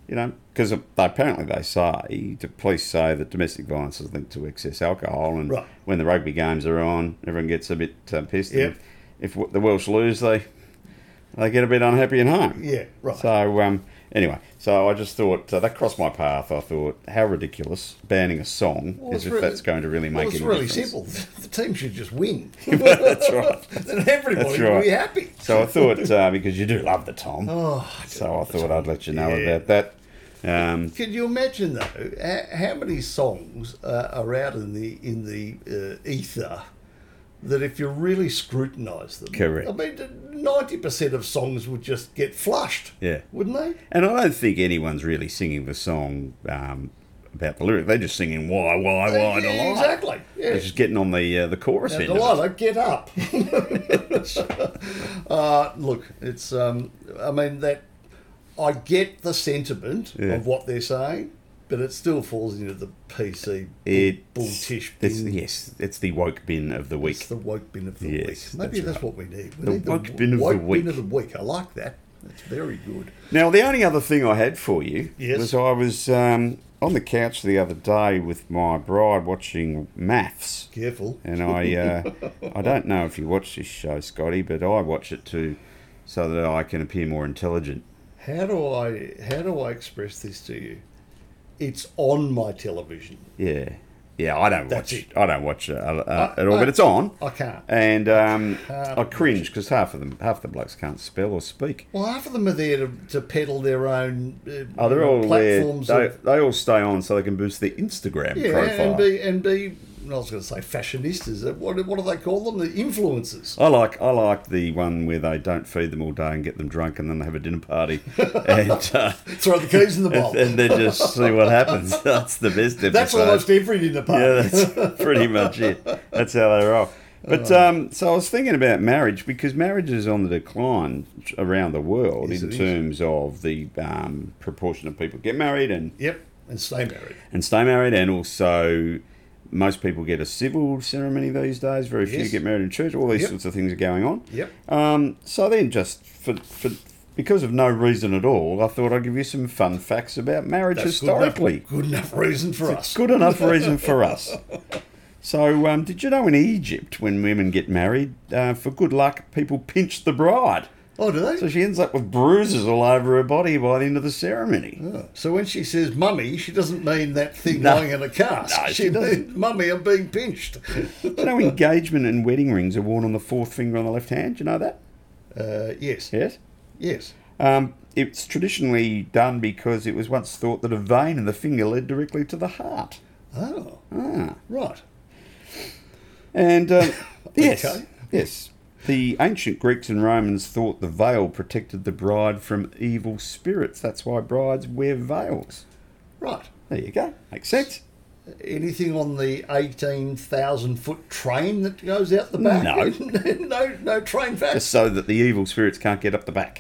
Speaker 2: you know, because apparently they say the police say that domestic violence is linked to excess alcohol, and
Speaker 1: Right.
Speaker 2: when the rugby games are on, everyone gets a bit um, pissed. and
Speaker 1: Yep.
Speaker 2: If w- the Welsh lose, they they get a bit unhappy at home.
Speaker 1: Yeah, right.
Speaker 2: So um, anyway, so I just thought uh, that crossed my path. I thought how ridiculous banning a song
Speaker 1: Well,
Speaker 2: as
Speaker 1: it's
Speaker 2: if
Speaker 1: re-
Speaker 2: that's going to really
Speaker 1: Well,
Speaker 2: make
Speaker 1: it's
Speaker 2: any
Speaker 1: really
Speaker 2: difference.
Speaker 1: simple. The team should just win. That's right. then everybody
Speaker 2: That's
Speaker 1: will
Speaker 2: right.
Speaker 1: be happy.
Speaker 2: So I thought uh, because you do love the Tom,
Speaker 1: Oh,
Speaker 2: so I thought I'd let you know
Speaker 1: Yeah.
Speaker 2: about that. Um,
Speaker 1: Can you imagine though h- how many songs uh, are out in the in the uh, ether that if you really scrutinise them,
Speaker 2: Correct.
Speaker 1: I mean, ninety percent of songs would just get flushed.
Speaker 2: Yeah.
Speaker 1: wouldn't they?
Speaker 2: And I don't think anyone's really singing the song um, about the lyric. They're just singing why, why, why, Delilah.
Speaker 1: exactly. Yeah.
Speaker 2: They're just getting on the uh, the chorus
Speaker 1: Now,
Speaker 2: end. of it.
Speaker 1: Delilah, get up. uh, look, it's. Um, I mean that. I get the sentiment
Speaker 2: Yeah.
Speaker 1: of what they're saying, but it still falls into the PC
Speaker 2: It's-
Speaker 1: bulltish
Speaker 2: it's-
Speaker 1: bin.
Speaker 2: yes, it's the woke bin of the week.
Speaker 1: It's the woke bin of the
Speaker 2: Yes,
Speaker 1: week. Maybe
Speaker 2: that's
Speaker 1: that's,
Speaker 2: right.
Speaker 1: what we need. We
Speaker 2: The
Speaker 1: need
Speaker 2: woke bin of the
Speaker 1: woke
Speaker 2: week.
Speaker 1: bin of the week. I like that. That's very good.
Speaker 2: Now, the only other thing I had for you
Speaker 1: Yes.
Speaker 2: was I was um, on the couch the other day with my bride watching Maths.
Speaker 1: Careful.
Speaker 2: And I, uh, I don't know if you watch this show, Scotty, but I watch it too, so that I can appear more intelligent.
Speaker 1: How do I how do I express this to you? It's on my television.
Speaker 2: Yeah, yeah. I don't
Speaker 1: That's
Speaker 2: watch.
Speaker 1: it.
Speaker 2: I don't watch uh, uh,
Speaker 1: I-
Speaker 2: at all, but
Speaker 1: I-
Speaker 2: it's on.
Speaker 1: I can't.
Speaker 2: And um,
Speaker 1: can't
Speaker 2: I cringe because half of them, half the blokes can't spell or speak.
Speaker 1: Well, half of them are there to, to peddle their own uh,
Speaker 2: Oh, they're all there.
Speaker 1: platforms.
Speaker 2: They,
Speaker 1: of,
Speaker 2: they all stay on so they can boost their Instagram
Speaker 1: yeah,
Speaker 2: profile.
Speaker 1: and be and be. I was going to say fashionistas. Uh, What, what do they call them? The influencers.
Speaker 2: I like I like the one where they don't feed them all day and get them drunk and then they have a dinner party and uh,
Speaker 1: Throw the keys in the bowl.
Speaker 2: and, and then just see what happens. That's the best episode.
Speaker 1: That's almost every in the party.
Speaker 2: Yeah, that's pretty much it. That's how they roll. But
Speaker 1: Oh.
Speaker 2: um, so I was thinking about marriage because marriage is on the decline around the world
Speaker 1: Yes,
Speaker 2: in
Speaker 1: it is.
Speaker 2: terms of the um, proportion of people get married and,
Speaker 1: Yep, and stay married.
Speaker 2: and stay married, and also most people get a civil ceremony these days. Very few
Speaker 1: Yes.
Speaker 2: get married in church. All these
Speaker 1: Yep.
Speaker 2: sorts of things are going on.
Speaker 1: Yep.
Speaker 2: Um, so then, just for for because of no reason at all, I thought I'd give you some fun facts about marriage
Speaker 1: That's good enough-
Speaker 2: historically.
Speaker 1: good enough, reason for us.
Speaker 2: Good enough reason for us. So, um, did you know in Egypt, when women get married, uh, for good luck, people pinch the bride?
Speaker 1: Oh, do they?
Speaker 2: So she ends up with bruises all over her body by the end of the ceremony.
Speaker 1: So when she says mummy, she doesn't mean that thing
Speaker 2: No.
Speaker 1: lying in a cask.
Speaker 2: No, she
Speaker 1: she
Speaker 2: doesn't.
Speaker 1: means mummy, I'm being pinched.
Speaker 2: Do you know engagement and wedding rings are worn on the fourth finger on the left hand? Do you know that?
Speaker 1: Uh, yes,
Speaker 2: Yes.
Speaker 1: yes.
Speaker 2: Um, it's traditionally done because it was once thought that a vein in the finger led directly to the heart. Ah.
Speaker 1: Oh, right.
Speaker 2: And um, yes,
Speaker 1: Okay.
Speaker 2: yes, the ancient Greeks and Romans thought the veil protected the bride from evil spirits. That's why brides wear veils.
Speaker 1: Right.
Speaker 2: There you go. Makes sense.
Speaker 1: Anything on the 18,000 foot train that goes out the back?
Speaker 2: No.
Speaker 1: no, no train
Speaker 2: Just
Speaker 1: facts.
Speaker 2: so that the evil spirits can't get up the back.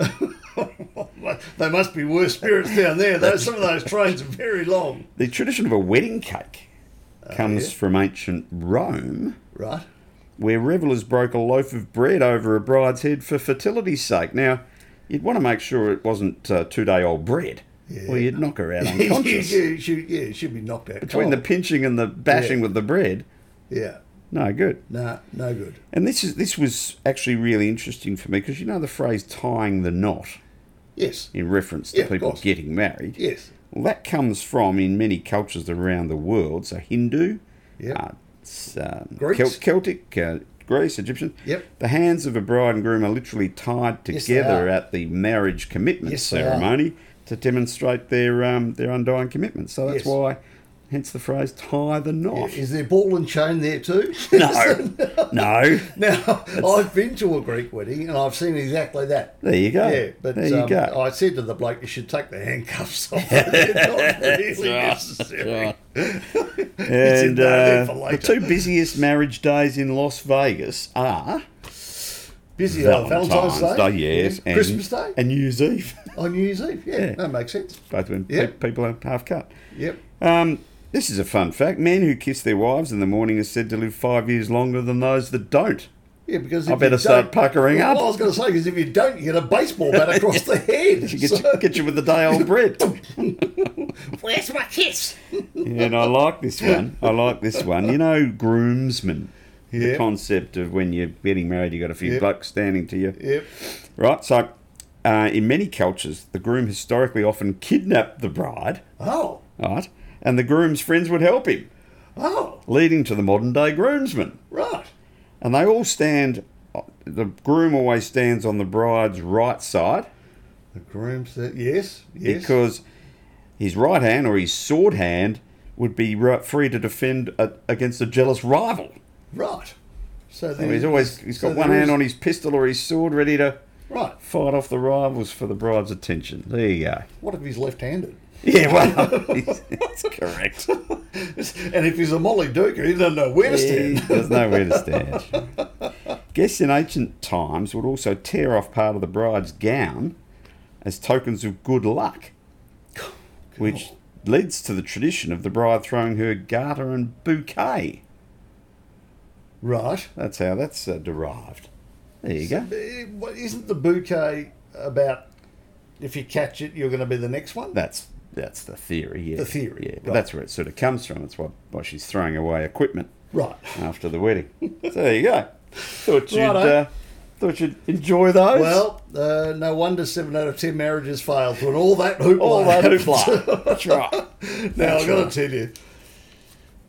Speaker 1: They must be worse spirits down there. Those, some of those trains are very long.
Speaker 2: the tradition of a wedding cake comes from ancient Rome.
Speaker 1: Right.
Speaker 2: where revelers broke a loaf of bread over a bride's head for fertility's sake. Now, you'd want to make sure it wasn't uh, two day old bread, or you'd knock her out unconscious.
Speaker 1: yeah, she, yeah, she'd be knocked out.
Speaker 2: Between the
Speaker 1: cold.
Speaker 2: pinching and the bashing
Speaker 1: Yeah.
Speaker 2: with the bread,
Speaker 1: Yeah.
Speaker 2: no good.
Speaker 1: No, no good.
Speaker 2: And this is this was actually really interesting for me because you know the phrase tying the knot
Speaker 1: Yes.
Speaker 2: in reference to
Speaker 1: Yeah, of
Speaker 2: people
Speaker 1: course.
Speaker 2: getting married.
Speaker 1: Yes.
Speaker 2: Well, that comes from in many cultures around the world. So Hindu,
Speaker 1: Yep.
Speaker 2: uh, it's, um,
Speaker 1: Greeks.
Speaker 2: Celt- Celtic, uh, Greece, Egyptian.
Speaker 1: Yep.
Speaker 2: The hands of a bride and groom are literally tied
Speaker 1: Yes, they
Speaker 2: together
Speaker 1: are.
Speaker 2: at the marriage commitment
Speaker 1: Yes, they are.
Speaker 2: ceremony to demonstrate their um, their undying commitment. So that's
Speaker 1: Yes.
Speaker 2: why, hence the phrase "tie the knot."
Speaker 1: Is there ball and chain there too?
Speaker 2: no, no.
Speaker 1: Now, I've been to a Greek wedding and I've seen exactly that.
Speaker 2: There you go.
Speaker 1: Yeah, but
Speaker 2: There you
Speaker 1: um,
Speaker 2: go.
Speaker 1: I said to the bloke, you should take the handcuffs off. They're not really necessary. It's in
Speaker 2: And
Speaker 1: there
Speaker 2: uh,
Speaker 1: for
Speaker 2: the
Speaker 1: later.
Speaker 2: two busiest marriage days in Las Vegas are
Speaker 1: Busy on Valentine's Day,
Speaker 2: yes, and,
Speaker 1: Christmas Day,
Speaker 2: and New Year's Eve.
Speaker 1: on New Year's Eve. Yeah,
Speaker 2: Yeah.
Speaker 1: that makes sense.
Speaker 2: Both when pe-
Speaker 1: Yep.
Speaker 2: people are half cut.
Speaker 1: Yep.
Speaker 2: Um, this is a fun fact. Men who kiss their wives in the morning are said to live five years longer than those that don't.
Speaker 1: Yeah, because
Speaker 2: I
Speaker 1: if you
Speaker 2: better start
Speaker 1: don't-
Speaker 2: puckering up.
Speaker 1: Well, I was going to say because if you don't, you get a baseball bat across the head.
Speaker 2: She gets
Speaker 1: So-
Speaker 2: you, get you with the day old bread.
Speaker 3: Where's my kiss?
Speaker 2: and I like this one. I like this one. You know, groomsmen. The
Speaker 1: Yep.
Speaker 2: concept of when you're getting married, you got a few
Speaker 1: Yep.
Speaker 2: blokes standing to you.
Speaker 1: Yep.
Speaker 2: Right? So, uh, in many cultures, the groom historically often kidnapped the bride,
Speaker 1: Oh.
Speaker 2: right? And the groom's friends would help him,
Speaker 1: Oh.
Speaker 2: leading to the modern day groomsmen.
Speaker 1: Right.
Speaker 2: and they all stand. The groom always stands on the bride's right side
Speaker 1: The groom said yes. Yes.
Speaker 2: because his right hand or his sword hand would be right, free to defend a, against a jealous rival.
Speaker 1: right. So
Speaker 2: So
Speaker 1: there-
Speaker 2: Oh, he's always he's
Speaker 1: so
Speaker 2: got one
Speaker 1: there
Speaker 2: hand
Speaker 1: is-
Speaker 2: on his pistol or his sword, ready to
Speaker 1: Right.
Speaker 2: fight off the rivals for the bride's attention. There you go.
Speaker 1: What if he's left-handed?
Speaker 2: Yeah, well, that's correct.
Speaker 1: And if he's a Molly Duker, he doesn't know where to
Speaker 2: He
Speaker 1: stand.
Speaker 2: doesn't know where to stand. Guests in ancient times would also tear off part of the bride's gown as tokens of good luck, which leads to the tradition of the bride throwing her garter and bouquet.
Speaker 1: Right.
Speaker 2: That's how that's uh, derived. There you go.
Speaker 1: Eh, what- Isn't the bouquet about if you catch it, you're going to be the next one?
Speaker 2: That's that's the theory. Yeah.
Speaker 1: The theory,
Speaker 2: Yeah, but
Speaker 1: right.
Speaker 2: that's where it sort of comes from. That's why why she's throwing away equipment
Speaker 1: Right.
Speaker 2: after the wedding. so there you go. Thought you'd
Speaker 1: Righto.
Speaker 2: uh, thought you'd enjoy those.
Speaker 1: Well, uh, no wonder seven out of ten marriages fail when all that hoopla.
Speaker 2: All that
Speaker 1: happens.
Speaker 2: hoopla. That's right.
Speaker 1: now
Speaker 2: That's
Speaker 1: I've got
Speaker 2: right.
Speaker 1: to tell you,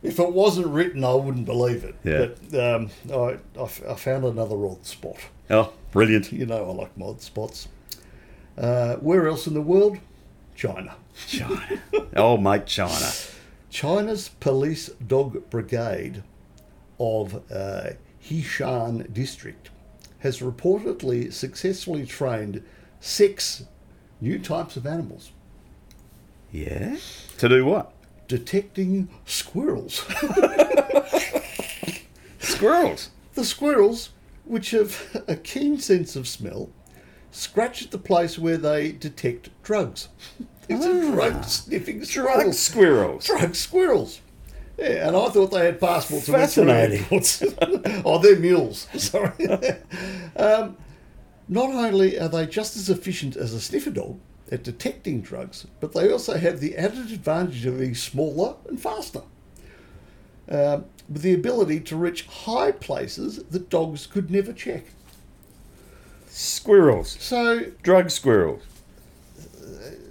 Speaker 1: if it wasn't written, I wouldn't believe it.
Speaker 2: Yeah.
Speaker 1: But um, I, I f- I found another odd spot.
Speaker 2: Oh, brilliant.
Speaker 1: You know, I like my odd spots. Uh, where else in the world? China.
Speaker 2: China. oh, mate, China.
Speaker 1: China's police dog brigade of uh, Hishan district has reportedly successfully trained six new types of animals,
Speaker 2: Yeah. To do what?
Speaker 1: detecting squirrels.
Speaker 2: Squirrels.
Speaker 1: the squirrels, which have a keen sense of smell, scratch at the place where they detect drugs. It's a drug sniffing squirrel.
Speaker 2: Drug squirrels.
Speaker 1: drug squirrels. Yeah, and I thought they had passports. and went through
Speaker 2: Fascinating.
Speaker 1: airports. oh, they're mules. Sorry. um, Not only are they just as efficient as a sniffer dog at detecting drugs, but they also have the added advantage of being smaller and faster, um, with the ability to reach high places that dogs could never check.
Speaker 2: Squirrels.
Speaker 1: So
Speaker 2: Drug squirrels.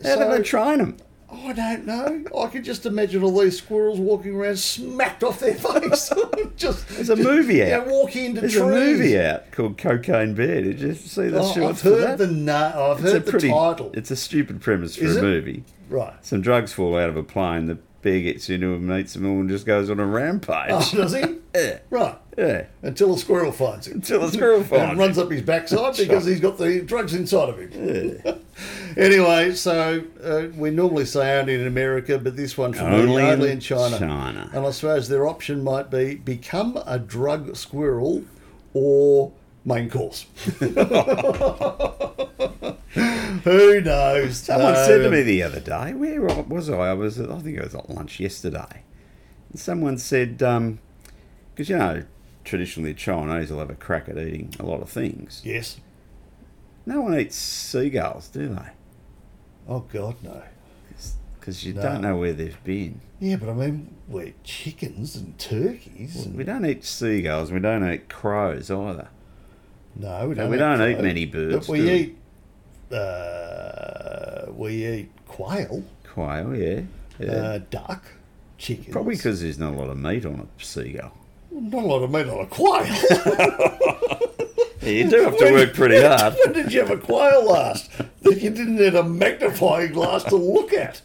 Speaker 2: How
Speaker 1: So-
Speaker 2: do they train them?
Speaker 1: I don't know. I can just imagine all these squirrels walking around smacked off their face. just
Speaker 2: There's a movie out.
Speaker 1: Yeah, walking into
Speaker 2: There's
Speaker 1: trees.
Speaker 2: a movie out called Cocaine Bear. Did you see the
Speaker 1: Oh,
Speaker 2: short
Speaker 1: I've
Speaker 2: for
Speaker 1: heard
Speaker 2: that?
Speaker 1: the na- I've heard the title.
Speaker 2: It's a stupid premise for
Speaker 1: Is
Speaker 2: a
Speaker 1: it?
Speaker 2: movie.
Speaker 1: right.
Speaker 2: Some drugs fall out of a plane. The bear gets into him, eats them all, and just goes on a rampage.
Speaker 1: Oh, does he?
Speaker 2: Yeah.
Speaker 1: Right.
Speaker 2: Yeah.
Speaker 1: Until a squirrel finds him.
Speaker 2: Until a squirrel finds
Speaker 1: and runs
Speaker 2: him.
Speaker 1: up his backside because he's got the drugs inside of him. anyway, so uh, we normally say only in America, but this one from
Speaker 2: Only
Speaker 1: only,
Speaker 2: in
Speaker 1: only in China.
Speaker 2: China.
Speaker 1: And I suppose their option might be become a drug squirrel or main course. Who knows?
Speaker 2: Someone said to
Speaker 1: Um,
Speaker 2: me the other day, where was I? I was, I think I was at lunch yesterday. And someone said, because you know, traditionally Chinese will have a crack at eating a lot of things.
Speaker 1: Yes.
Speaker 2: No one eats seagulls, do they?
Speaker 1: Oh, God, no.
Speaker 2: Because you
Speaker 1: No.
Speaker 2: don't know where they've been.
Speaker 1: Yeah, but I mean, we're chickens and turkeys.
Speaker 2: We
Speaker 1: And,
Speaker 2: don't eat seagulls. We don't eat crows either.
Speaker 1: no, we
Speaker 2: And
Speaker 1: don't,
Speaker 2: we don't eat
Speaker 1: crow.
Speaker 2: many birds.
Speaker 1: But we
Speaker 2: do we?
Speaker 1: eat, uh, we eat quail,
Speaker 2: quail. Yeah. yeah.
Speaker 1: uh, duck, chickens.
Speaker 2: Probably because there's not a lot of meat on a seagull.
Speaker 1: not a lot of meat on a quail.
Speaker 2: Yeah, you do have to work pretty hard.
Speaker 1: when did you have a quail last that you didn't need a magnifying glass to look at?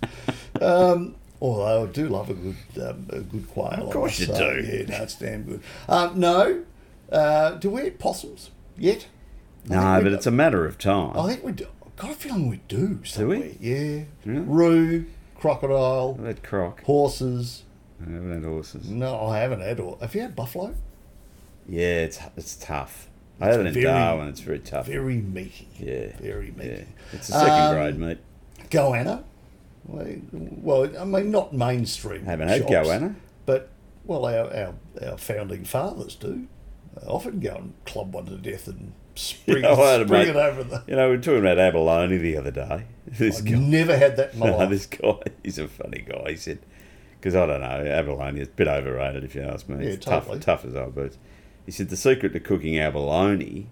Speaker 1: Um, although I do love a good um, a good quail. Of
Speaker 2: course you do.
Speaker 1: Yeah, no, it's damn good. Um, no, uh, do we eat possums yet? I
Speaker 2: No,
Speaker 1: think we
Speaker 2: but
Speaker 1: do.
Speaker 2: it's a matter of time.
Speaker 1: I think we do. I've got a feeling we do. Somewhere.
Speaker 2: we?
Speaker 1: Yeah.
Speaker 2: Yeah.
Speaker 1: Roo, crocodile,
Speaker 2: I've had croc.
Speaker 1: horses.
Speaker 2: I haven't had horses.
Speaker 1: No, I haven't had all. Have you had buffalo?
Speaker 2: Yeah, it's it's tough. I had it in
Speaker 1: very-
Speaker 2: Darwin. It's very tough.
Speaker 1: Very meaty.
Speaker 2: yeah,
Speaker 1: Very meaty.
Speaker 2: yeah. It's a second
Speaker 1: Um,
Speaker 2: grade meat.
Speaker 1: Goanna. We- Well, I mean, not mainstream.
Speaker 2: Haven't had
Speaker 1: shops,
Speaker 2: goanna.
Speaker 1: But, well, our, our, our founding fathers do. They often go and club one to death and spring,
Speaker 2: Yeah, Oh, I had a
Speaker 1: spring it
Speaker 2: mate-
Speaker 1: over the.
Speaker 2: You know, we were talking about abalone the other day. This
Speaker 1: I've
Speaker 2: guy,
Speaker 1: never had that in my
Speaker 2: no,
Speaker 1: life.
Speaker 2: this guy, he's a funny guy. He said, because I don't know, abalone is a bit overrated if you ask me.
Speaker 1: Yeah,
Speaker 2: it's
Speaker 1: totally.
Speaker 2: tough, tough as old boots. He said the secret to cooking abalone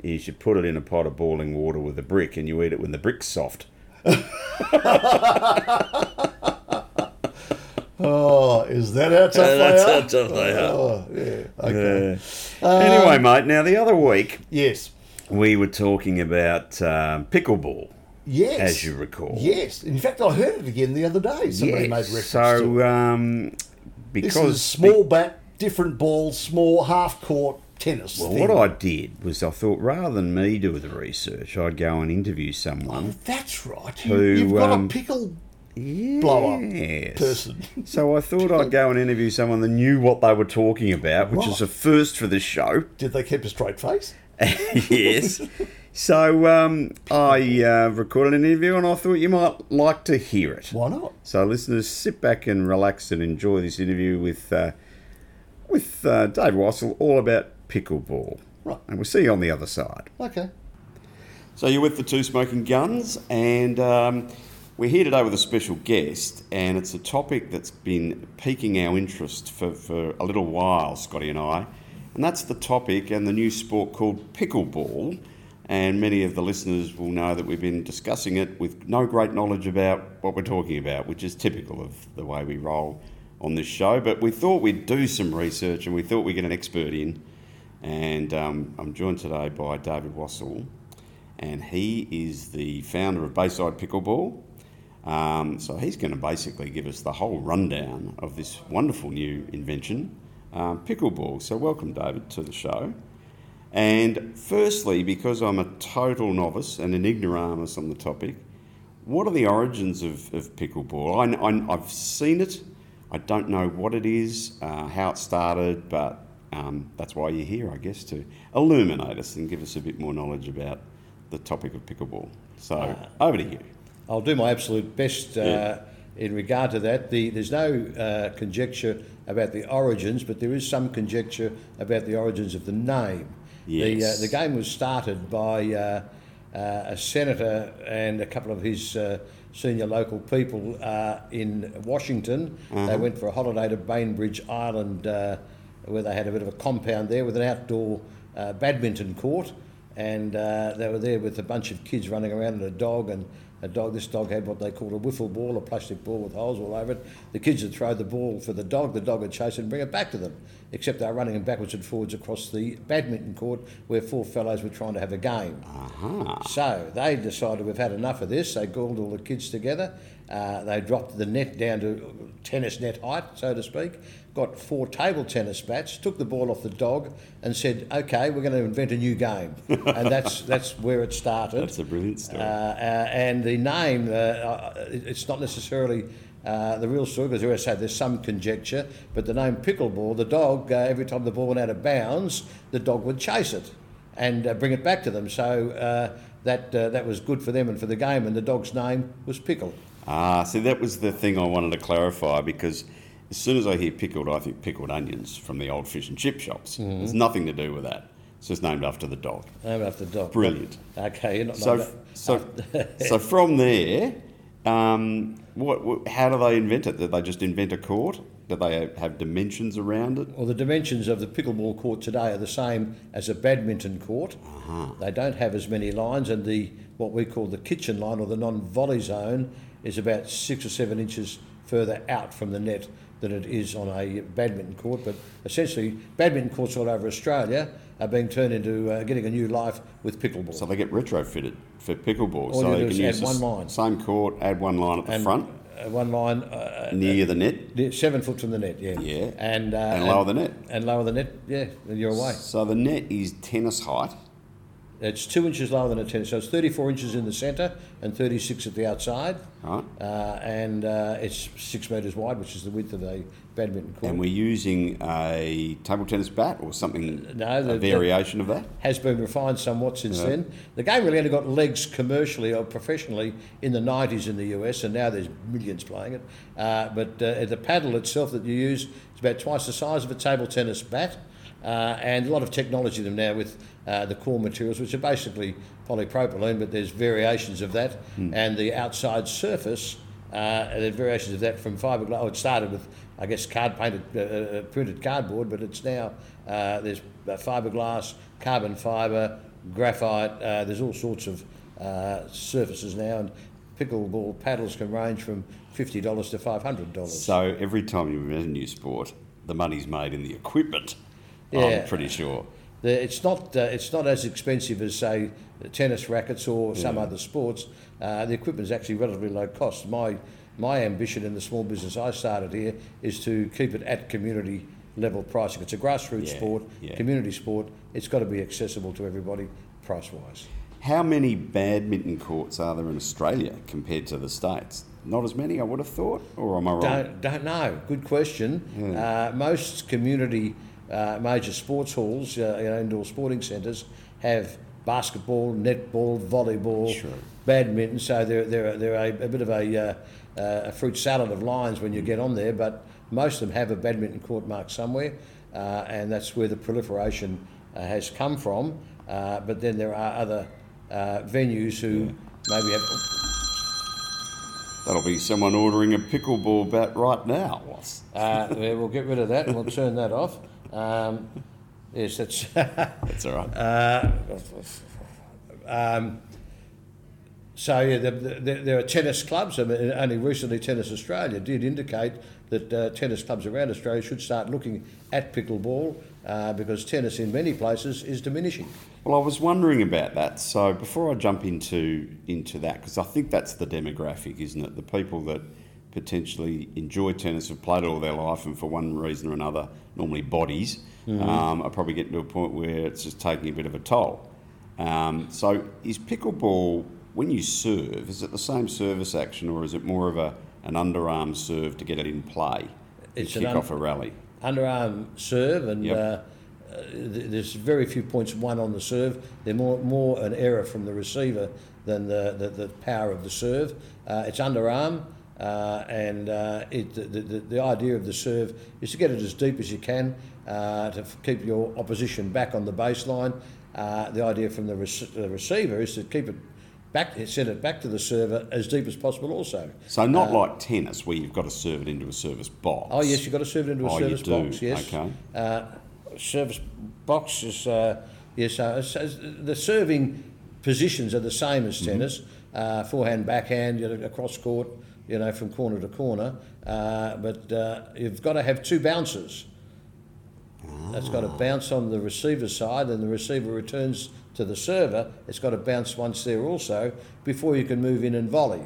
Speaker 2: is you put it in a pot of boiling water with a brick and you eat it when the brick's soft.
Speaker 1: Oh, is that how tough
Speaker 2: Yeah, that's
Speaker 1: they are?
Speaker 2: how tough they are.
Speaker 1: Oh, yeah. Okay.
Speaker 2: Yeah.
Speaker 1: Oh.
Speaker 2: anyway, mate. Now the other week
Speaker 1: Yes.
Speaker 2: we were talking about um, pickleball.
Speaker 1: Yes.
Speaker 2: as you recall.
Speaker 1: Yes. In fact, I heard it again the other day. Somebody made
Speaker 2: Yes.
Speaker 1: reference to
Speaker 2: so,
Speaker 1: it.
Speaker 2: um,
Speaker 1: This
Speaker 2: because
Speaker 1: is small bat, different ball, small half court tennis.
Speaker 2: Well,
Speaker 1: thing.
Speaker 2: what I did was I thought rather than me do the research, I'd go and interview someone.
Speaker 1: That's right.
Speaker 2: Who,
Speaker 1: You, have got
Speaker 2: um,
Speaker 1: a pickle
Speaker 2: Yes.
Speaker 1: blow up person.
Speaker 2: So I thought I'd go and interview someone that knew what they were talking about, which is
Speaker 1: Right.
Speaker 2: a first for the show.
Speaker 1: Did they keep a straight face?
Speaker 2: yes. So um, I uh, recorded an interview and I thought you might like to hear it.
Speaker 1: Why not?
Speaker 2: So, listeners, sit back and relax and enjoy this interview with uh, with uh, Dave Wassell, all about pickleball.
Speaker 1: Right.
Speaker 2: And we'll see you on the other side.
Speaker 1: Okay.
Speaker 2: So, you're with the Two Smoking Guns, and um, we're here today with a special guest, and it's a topic that's been piquing our interest for, for a little while, Scotty and I. And that's the topic and the new sport called pickleball. And many of the listeners will know that we've been discussing it with no great knowledge about what we're talking about, which is typical of the way we roll on this show. But we thought we'd do some research and we thought we'd get an expert in. And um, I'm joined today by David Wassell, and he is the founder of Bayside Pickleball. Um, so he's going to basically give us the whole rundown of this wonderful new invention, um, pickleball. So welcome, David, to the show. And firstly, because I'm a total novice and an ignoramus on the topic, what are the origins of, of pickleball? I, I, I've seen it. I don't know what it is, uh, how it started, but um, that's why you're here, I guess, to illuminate us and give us a bit more knowledge about the topic of pickleball. So over to you.
Speaker 6: I'll do my absolute best uh, in regard to that. The, there's no uh, conjecture about the origins, but there is some conjecture about the origins of the name.
Speaker 2: Yes.
Speaker 6: The, uh, the game was started by uh, uh, a senator and a couple of his uh, senior local people uh, in Washington. They went for a holiday to Bainbridge Island, uh, where they had a bit of a compound there with an outdoor uh, badminton court. And uh, they were there with a bunch of kids running around and a dog. And a dog, this dog had what they called a wiffle ball, a plastic ball with holes all over it. The kids would throw the ball for the dog, the dog would chase it and bring it back to them. Except they were running him backwards and forwards across the badminton court where four fellows were trying to have a game. So they decided we've had enough of this. They called all the kids together. Uh, they dropped the net down to tennis net height, so to speak. Got four table tennis bats, took the ball off the dog, and said, "Okay, we're going to invent a new game." and that's that's where it started.
Speaker 2: That's a brilliant story.
Speaker 6: Uh, uh, and the name, uh, uh, it- it's not necessarily uh, the real story because, as I say, there's some conjecture. But the name pickleball, the dog, uh, every time the ball went out of bounds, the dog would chase it and uh, bring it back to them. So uh, that uh, that was good for them and for the game. And the dog's name was Pickle.
Speaker 2: Ah, see, that was the thing I wanted to clarify because as soon as I hear pickled, I think pickled onions from the old fish and chip shops.
Speaker 6: Mm-hmm.
Speaker 2: There's nothing to do with that. It's just named after the dog.
Speaker 6: Named uh, after the dog.
Speaker 2: Brilliant.
Speaker 6: Okay, you're not
Speaker 2: So,
Speaker 6: like that. Uh,
Speaker 2: so, so from there, um, what, what? How do they invent it? Did they just invent a court? Did they have dimensions around it?
Speaker 6: Well, the dimensions of the pickleball court today are the same as a badminton court.
Speaker 2: Uh-huh.
Speaker 6: They don't have as many lines, and the what we call the kitchen line or the non-volley zone is about six or seven inches further out from the net than it is on a badminton court. But essentially, badminton courts all over Australia are being turned into uh, getting a new life with pickleball.
Speaker 2: So they get retrofitted for pickleball.
Speaker 6: All
Speaker 2: so
Speaker 6: you
Speaker 2: they
Speaker 6: do is add
Speaker 2: the
Speaker 6: one
Speaker 2: s-
Speaker 6: line.
Speaker 2: Same court, add one line at the
Speaker 6: And,
Speaker 2: front,
Speaker 6: uh, one line. Uh,
Speaker 2: near the net.
Speaker 6: uh, seven foot from the net, yeah.
Speaker 2: Yeah.
Speaker 6: And, uh,
Speaker 2: And lower the net.
Speaker 6: And lower the net, yeah, and you're away.
Speaker 2: So the net is tennis height.
Speaker 6: It's two inches lower than a tennis, so it's 34 inches in the centre and 36 at the outside.
Speaker 2: Right.
Speaker 6: Uh, and uh, it's six metres wide, which is the width of a badminton court.
Speaker 2: And we're using a table tennis bat or something,
Speaker 6: No, the-
Speaker 2: a variation of that.
Speaker 6: has been refined somewhat since then. The game really only got legs commercially or professionally in the 90s in the US, and now there's millions playing it. Uh, but uh, the paddle itself that you use is about twice the size of a table tennis bat, uh, and a lot of technology in them now with uh, the core materials, which are basically polypropylene, but there's variations of that, and the outside surface. Uh, and there are variations of that from fiberglass. Oh, it started with, I guess, card painted, uh, uh, printed cardboard, but it's now uh, there's uh, fiberglass, carbon fiber, graphite. Uh, there's all sorts of uh, surfaces now, and pickleball paddles can range from fifty dollars to five hundred dollars.
Speaker 2: So every time you invent a new sport, the money's made in the equipment.
Speaker 6: Yeah.
Speaker 2: I'm pretty sure.
Speaker 6: The, it's not uh, it's not as expensive as say tennis rackets or some other sports. Uh, the equipment is actually relatively low cost. My my ambition in the small business I started here is to keep it at community level pricing. It's a grassroots
Speaker 2: Yeah,
Speaker 6: sport,
Speaker 2: yeah.
Speaker 6: community sport. It's got to be accessible to everybody price wise.
Speaker 2: How many badminton courts are there in Australia compared to the states? Not as many, I would have thought, or am I wrong? Hmm.
Speaker 6: Don't, don't know. Good question. Uh, most community uh, major sports halls, uh, you know, indoor sporting centres, have basketball, netball, volleyball,
Speaker 2: Sure.
Speaker 6: badminton. So they're, they're, they're a, a bit of a, uh, uh, a fruit salad of lines when you get on there, but most of them have a badminton court mark somewhere, uh, and that's where the proliferation uh, has come from. Uh, but then there are other uh, venues who maybe have.
Speaker 2: That'll be someone ordering a pickleball bat right now. What's-
Speaker 6: Uh, yeah, we'll get rid of that and we'll turn that off. Um, yes, that's.
Speaker 2: That's all right.
Speaker 6: so yeah, the, the, there are tennis clubs. I mean, only recently Tennis Australia did indicate that uh, tennis clubs around Australia should start looking at pickleball uh, because tennis in many places is diminishing.
Speaker 2: Well, I was wondering about that. So before I jump into into that, because I think that's the demographic, isn't it? The people that potentially enjoy tennis have played it all their life, and for one reason or another, normally bodies,
Speaker 6: Mm-hmm.
Speaker 2: um, are probably getting to a point where it's just taking a bit of a toll. Um, so is pickleball when you serve? Is it the same service action, or is it more of a an underarm serve to get it in play, and
Speaker 6: It's an
Speaker 2: kick
Speaker 6: un-
Speaker 2: off a rally?
Speaker 6: underarm serve, and
Speaker 2: Yep.
Speaker 6: uh, uh, th- there's very few points won on the serve. They're more more an error from the receiver than the, the, the power of the serve. Uh, it's underarm. Uh, Uh, and uh, it, the, the, the idea of the serve is to get it as deep as you can uh, to f- keep your opposition back on the baseline. Uh, the idea from the, rec- the receiver is to keep it back, send it back to the server as deep as possible. Also,
Speaker 2: So not like tennis where you've got to serve it into a service box.
Speaker 6: Uh, Oh yes, you've got to serve it into a
Speaker 2: Oh, you
Speaker 6: service
Speaker 2: do.
Speaker 6: box. Yes.
Speaker 2: Okay.
Speaker 6: Uh, service box is uh, yes. Uh, it's- it's- the serving positions are the same as tennis: uh, forehand, backhand, you know, across court, you know, from corner to corner. Uh, but uh, you've got to have two bounces. That's got to bounce on the receiver's side, and the receiver returns to the server. It's got to bounce once there also before you can move in and volley.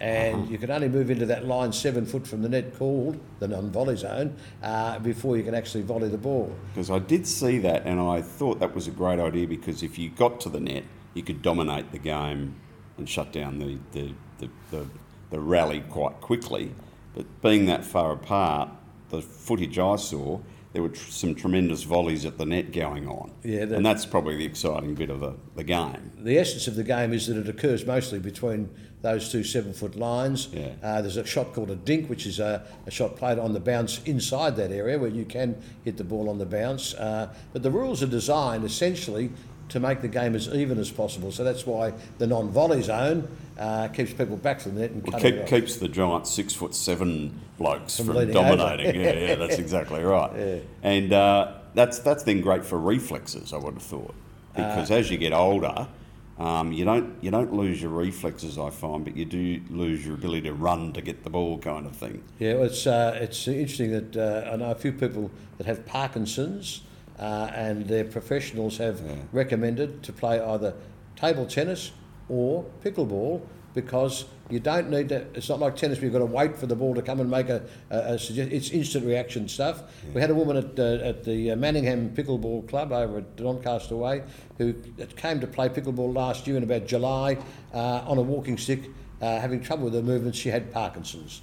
Speaker 6: And you can only move into that line seven foot from the net called the non volley zone uh, before you can actually volley the ball.
Speaker 2: Because I did see that and I thought that was a great idea because if you got to the net, you could dominate the game and shut down the, the, the, the, the rally quite quickly. But being that far apart, the footage I saw, there were tr- some tremendous volleys at the net going on.
Speaker 6: Yeah, that-
Speaker 2: and that's probably the exciting bit of the, the game.
Speaker 6: The essence of the game is that it occurs mostly between those two seven foot lines.
Speaker 2: Yeah.
Speaker 6: Uh, there's a shot called a dink, which is a, a shot played on the bounce inside that area where you can hit the ball on the bounce. Uh, but the rules are designed essentially to make the game as even as possible. So that's why the non volley zone uh, keeps people back from the net and
Speaker 2: Well,
Speaker 6: cutting
Speaker 2: keep,
Speaker 6: it off.
Speaker 2: keeps the giant six foot seven blokes from,
Speaker 6: leaning
Speaker 2: dominating. yeah, yeah, that's exactly right. And uh, that's that's then great for reflexes. I would have thought
Speaker 6: Ah.
Speaker 2: because as you get older, um, you don't you don't lose your reflexes. I find, but you do lose your ability to run to get the ball, kind of thing.
Speaker 6: Yeah, well, it's uh, it's interesting that uh, I know a few people that have Parkinson's, uh, and their professionals have recommended to play either table tennis or pickleball because you don't need to. It's not like tennis; where you've got to wait for the ball to come and make a, a, a suggest. It's instant reaction stuff. We had a woman at uh, at the uh, Manningham Pickleball Club over at Doncaster Way who came to play pickleball last year in about July uh, on a walking stick, uh, having trouble with her movements. She had Parkinson's.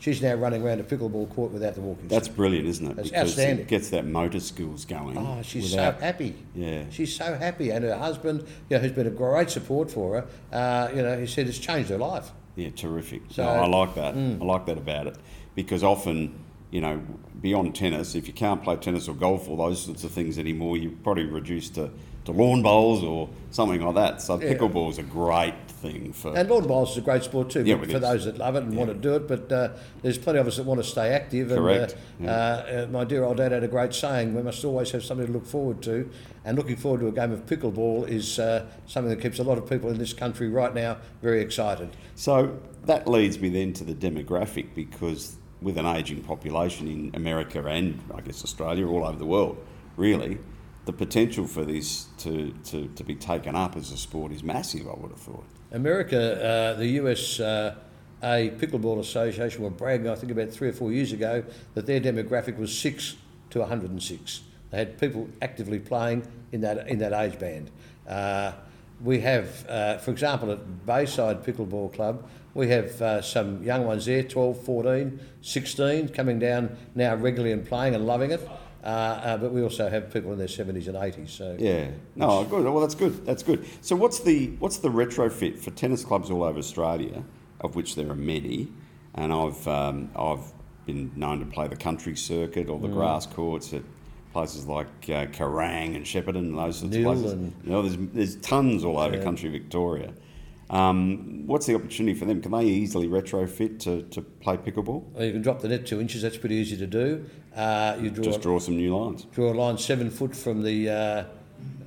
Speaker 6: She's now running around a pickleball court without the walking
Speaker 2: That's
Speaker 6: stick.
Speaker 2: brilliant, isn't it?
Speaker 6: That's
Speaker 2: because
Speaker 6: outstanding.
Speaker 2: it gets that motor skills going.
Speaker 6: Oh, she's
Speaker 2: without-
Speaker 6: so happy.
Speaker 2: Yeah.
Speaker 6: She's so happy. And her husband, you know, who's been a great support for her, uh, you know, he said it's changed her life.
Speaker 2: Yeah, terrific.
Speaker 6: So- Mm.
Speaker 2: no, I like that. I like that about it because often, you know, beyond tennis, if you can't play tennis or golf or those sorts of things anymore, you're probably reduced to, to lawn bowls or something like that. So pickleball's a great thing for.
Speaker 6: And lawn bowls is a great sport too
Speaker 2: Yeah,
Speaker 6: for
Speaker 2: it is.
Speaker 6: those that love it and want to do it. But uh, there's plenty of us that want to stay active.
Speaker 2: Correct,
Speaker 6: And uh, uh, uh, my dear old dad had a great saying: we must always have something to look forward to. And looking forward to a game of pickleball is uh, something that keeps a lot of people in this country right now very excited.
Speaker 2: so that leads me then to the demographic because with an ageing population in America and I guess Australia, all over the world, really, the potential for this to, to, to be taken up as a sport is massive, I would have thought.
Speaker 6: America, uh, the US. Uh, a pickleball association were bragging, I think, about three or four years ago, that their demographic was six to 106. They had people actively playing in that in that age band. Uh, we have, uh, for example, at Bayside Pickleball Club, we have uh, some young ones there, 12, 14, 16, coming down now regularly and playing and loving it. Uh, uh, but we also have people in their 70s and 80s. So
Speaker 2: Yeah. No, good. Well, that's good. That's good. So, what's the what's the retrofit for tennis clubs all over Australia, of which there are many, and I've um, I've been known to play the country circuit
Speaker 6: Mm.
Speaker 2: or the grass courts at places like uh, Kerrang and Shepparton and those sorts
Speaker 6: Nil
Speaker 2: of places.
Speaker 6: and-
Speaker 2: You know, there's there's tons all over country Victoria. Um, what's the opportunity for them? Can they easily retrofit to, to play pickleball?
Speaker 6: Well, you can drop the net two inches. That's pretty easy to do. Uh, you draw
Speaker 2: Just draw some new lines.
Speaker 6: draw a line seven foot from the uh,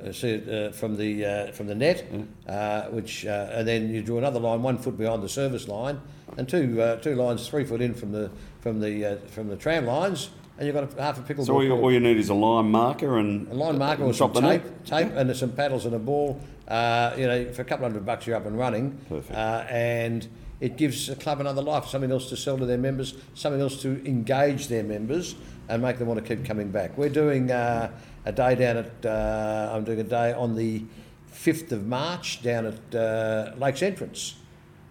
Speaker 6: uh, see it, uh, from the uh, from the net,
Speaker 2: Mm.
Speaker 6: uh, which uh, and then you draw another line one foot behind the service line, and two uh, two lines three foot in from the from the uh, from the tram lines, and you've got a half a pickleball.
Speaker 2: So all you,
Speaker 6: court.
Speaker 2: all you need is a line marker and
Speaker 6: A line marker or
Speaker 2: and
Speaker 6: some
Speaker 2: drop the net.
Speaker 6: tape, tape and some paddles and a ball. Uh, you know, for a couple hundred bucks, you're up and running.
Speaker 2: Perfect.
Speaker 6: Uh, and it gives the club another life, something else to sell to their members, something else to engage their members and make them want to keep coming back. We're doing uh, a day down at, uh, I'm doing a day on the 5th of March down at uh, Lakes Entrance,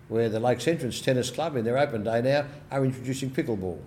Speaker 6: where the Lakes Entrance Tennis Club, in their open day now, are introducing pickleball.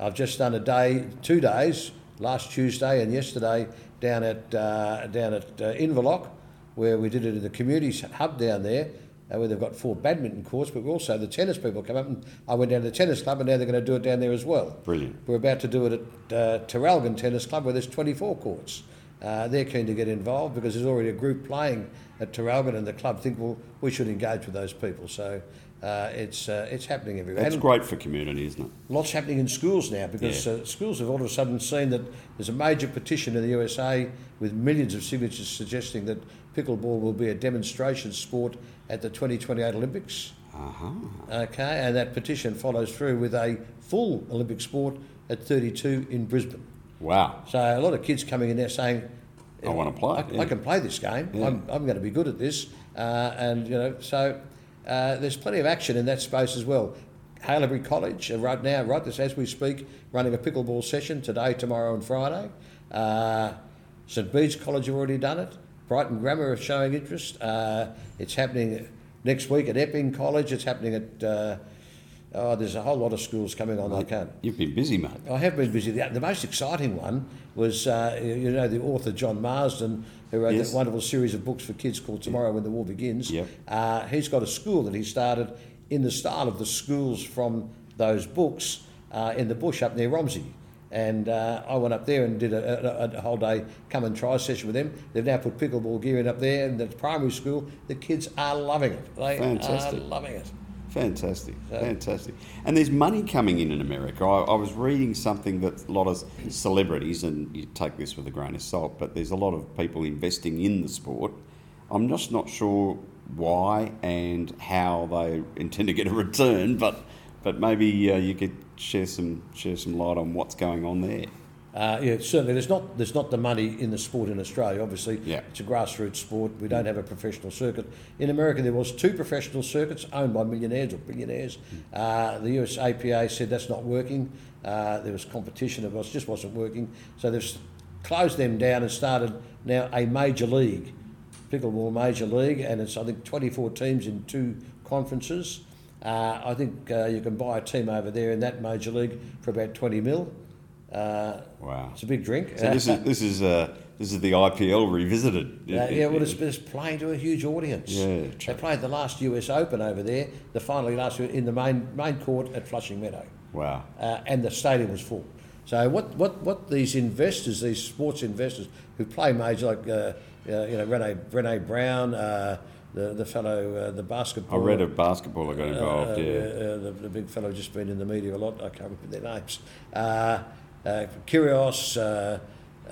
Speaker 6: I've just done a day, two days, last Tuesday and yesterday down at uh, down at uh, Inverloch, where we did it in the community hub down there. uh, where they've got four badminton courts, but also the tennis people come up. And I went down to the tennis club, and now they're going to do it down there as well.
Speaker 2: Brilliant.
Speaker 6: We're about to do it at uh, Terralgan Tennis Club, where there's 24 courts. Uh, they're keen to get involved because there's already a group playing at Terralgan, and the club think, well, we should engage with those people. So uh, it's uh, it's happening everywhere.
Speaker 2: That's
Speaker 6: And-
Speaker 2: great for community, isn't it?
Speaker 6: lots happening in schools now because
Speaker 2: Yeah.
Speaker 6: uh, schools have all of a sudden seen that there's a major petition in the USA with millions of signatures suggesting that pickleball will be a demonstration sport at the 2028 Olympics. Okay, and that petition follows through with a full Olympic sport at 32 in Brisbane.
Speaker 2: Wow.
Speaker 6: So a lot of kids coming in there saying,
Speaker 2: I wanna play,
Speaker 6: I,
Speaker 2: yeah."
Speaker 6: I can play this game. I'm, I'm going to be good at this." Uh, and you know, so uh, there's plenty of action in that space as well. Halebury College uh, right now, right this as we speak, running a pickleball session today, tomorrow, and Friday. Uh, St Bede's College have already done it. Brighton Grammar are showing interest. Uh, it's happening next week at Epping College. It's happening at uh, oh, there's a whole lot of schools coming on. I can't.
Speaker 2: You've been busy, mate.
Speaker 6: I have been busy. The, the most exciting one was, uh, you you know, the author John Marsden, who wrote
Speaker 2: Yes.
Speaker 6: that wonderful series of books for kids called Tomorrow When the War Begins.
Speaker 2: Yep.
Speaker 6: Uh, he's got a school that he started in the style of the schools from those books uh, in the bush up near Romsey. And uh, I went up there and did a, a, a whole day come and try session with them. They've now put pickleball gear in up there, and the primary school, the kids are loving it. They
Speaker 2: Fantastic.
Speaker 6: are loving it.
Speaker 2: Fantastic, fantastic. And there's money coming in in America. I, I was reading something that a lot of celebrities, and you take this with a grain of salt, but there's a lot of people investing in the sport. I'm just not sure why and how they intend to get a return, but but maybe uh, you could share some share some light on what's going on there.
Speaker 6: Uh, yeah, certainly. There's not there's not the money in the sport in Australia. Obviously,
Speaker 2: Yeah.
Speaker 6: it's a grassroots sport. We don't have a professional circuit. In America, there was two professional circuits owned by millionaires or billionaires.
Speaker 2: Hmm.
Speaker 6: Uh, the USAPA said that's not working. Uh, there was competition. It was, just wasn't working. So they've s- closed them down and started now a major league, pickleball major league, and it's I think 24 teams in two conferences. Uh, I think uh, you can buy a team over there in that major league for about 20 mil. Uh,
Speaker 2: Wow.
Speaker 6: it's a big drink.
Speaker 2: So this is this is uh, this is the IPL revisited.
Speaker 6: Uh, yeah, well, it's, it's playing to a huge audience.
Speaker 2: Yeah,
Speaker 6: they
Speaker 2: true.
Speaker 6: played the last US Open over there, the final last in the main main court at Flushing Meadow,
Speaker 2: wow.
Speaker 6: uh, and the stadium was full. So what, what, what these investors, these sports investors who play major like uh, uh, you know Rene Rene Brown, uh, the the fellow uh, the
Speaker 2: I
Speaker 6: basketball.
Speaker 2: read a basketballer got involved.
Speaker 6: uh,
Speaker 2: yeah.
Speaker 6: uh, the, the big fellow just been in the media a lot. I can't remember their names. Uh, uh, Kyrgios. Uh,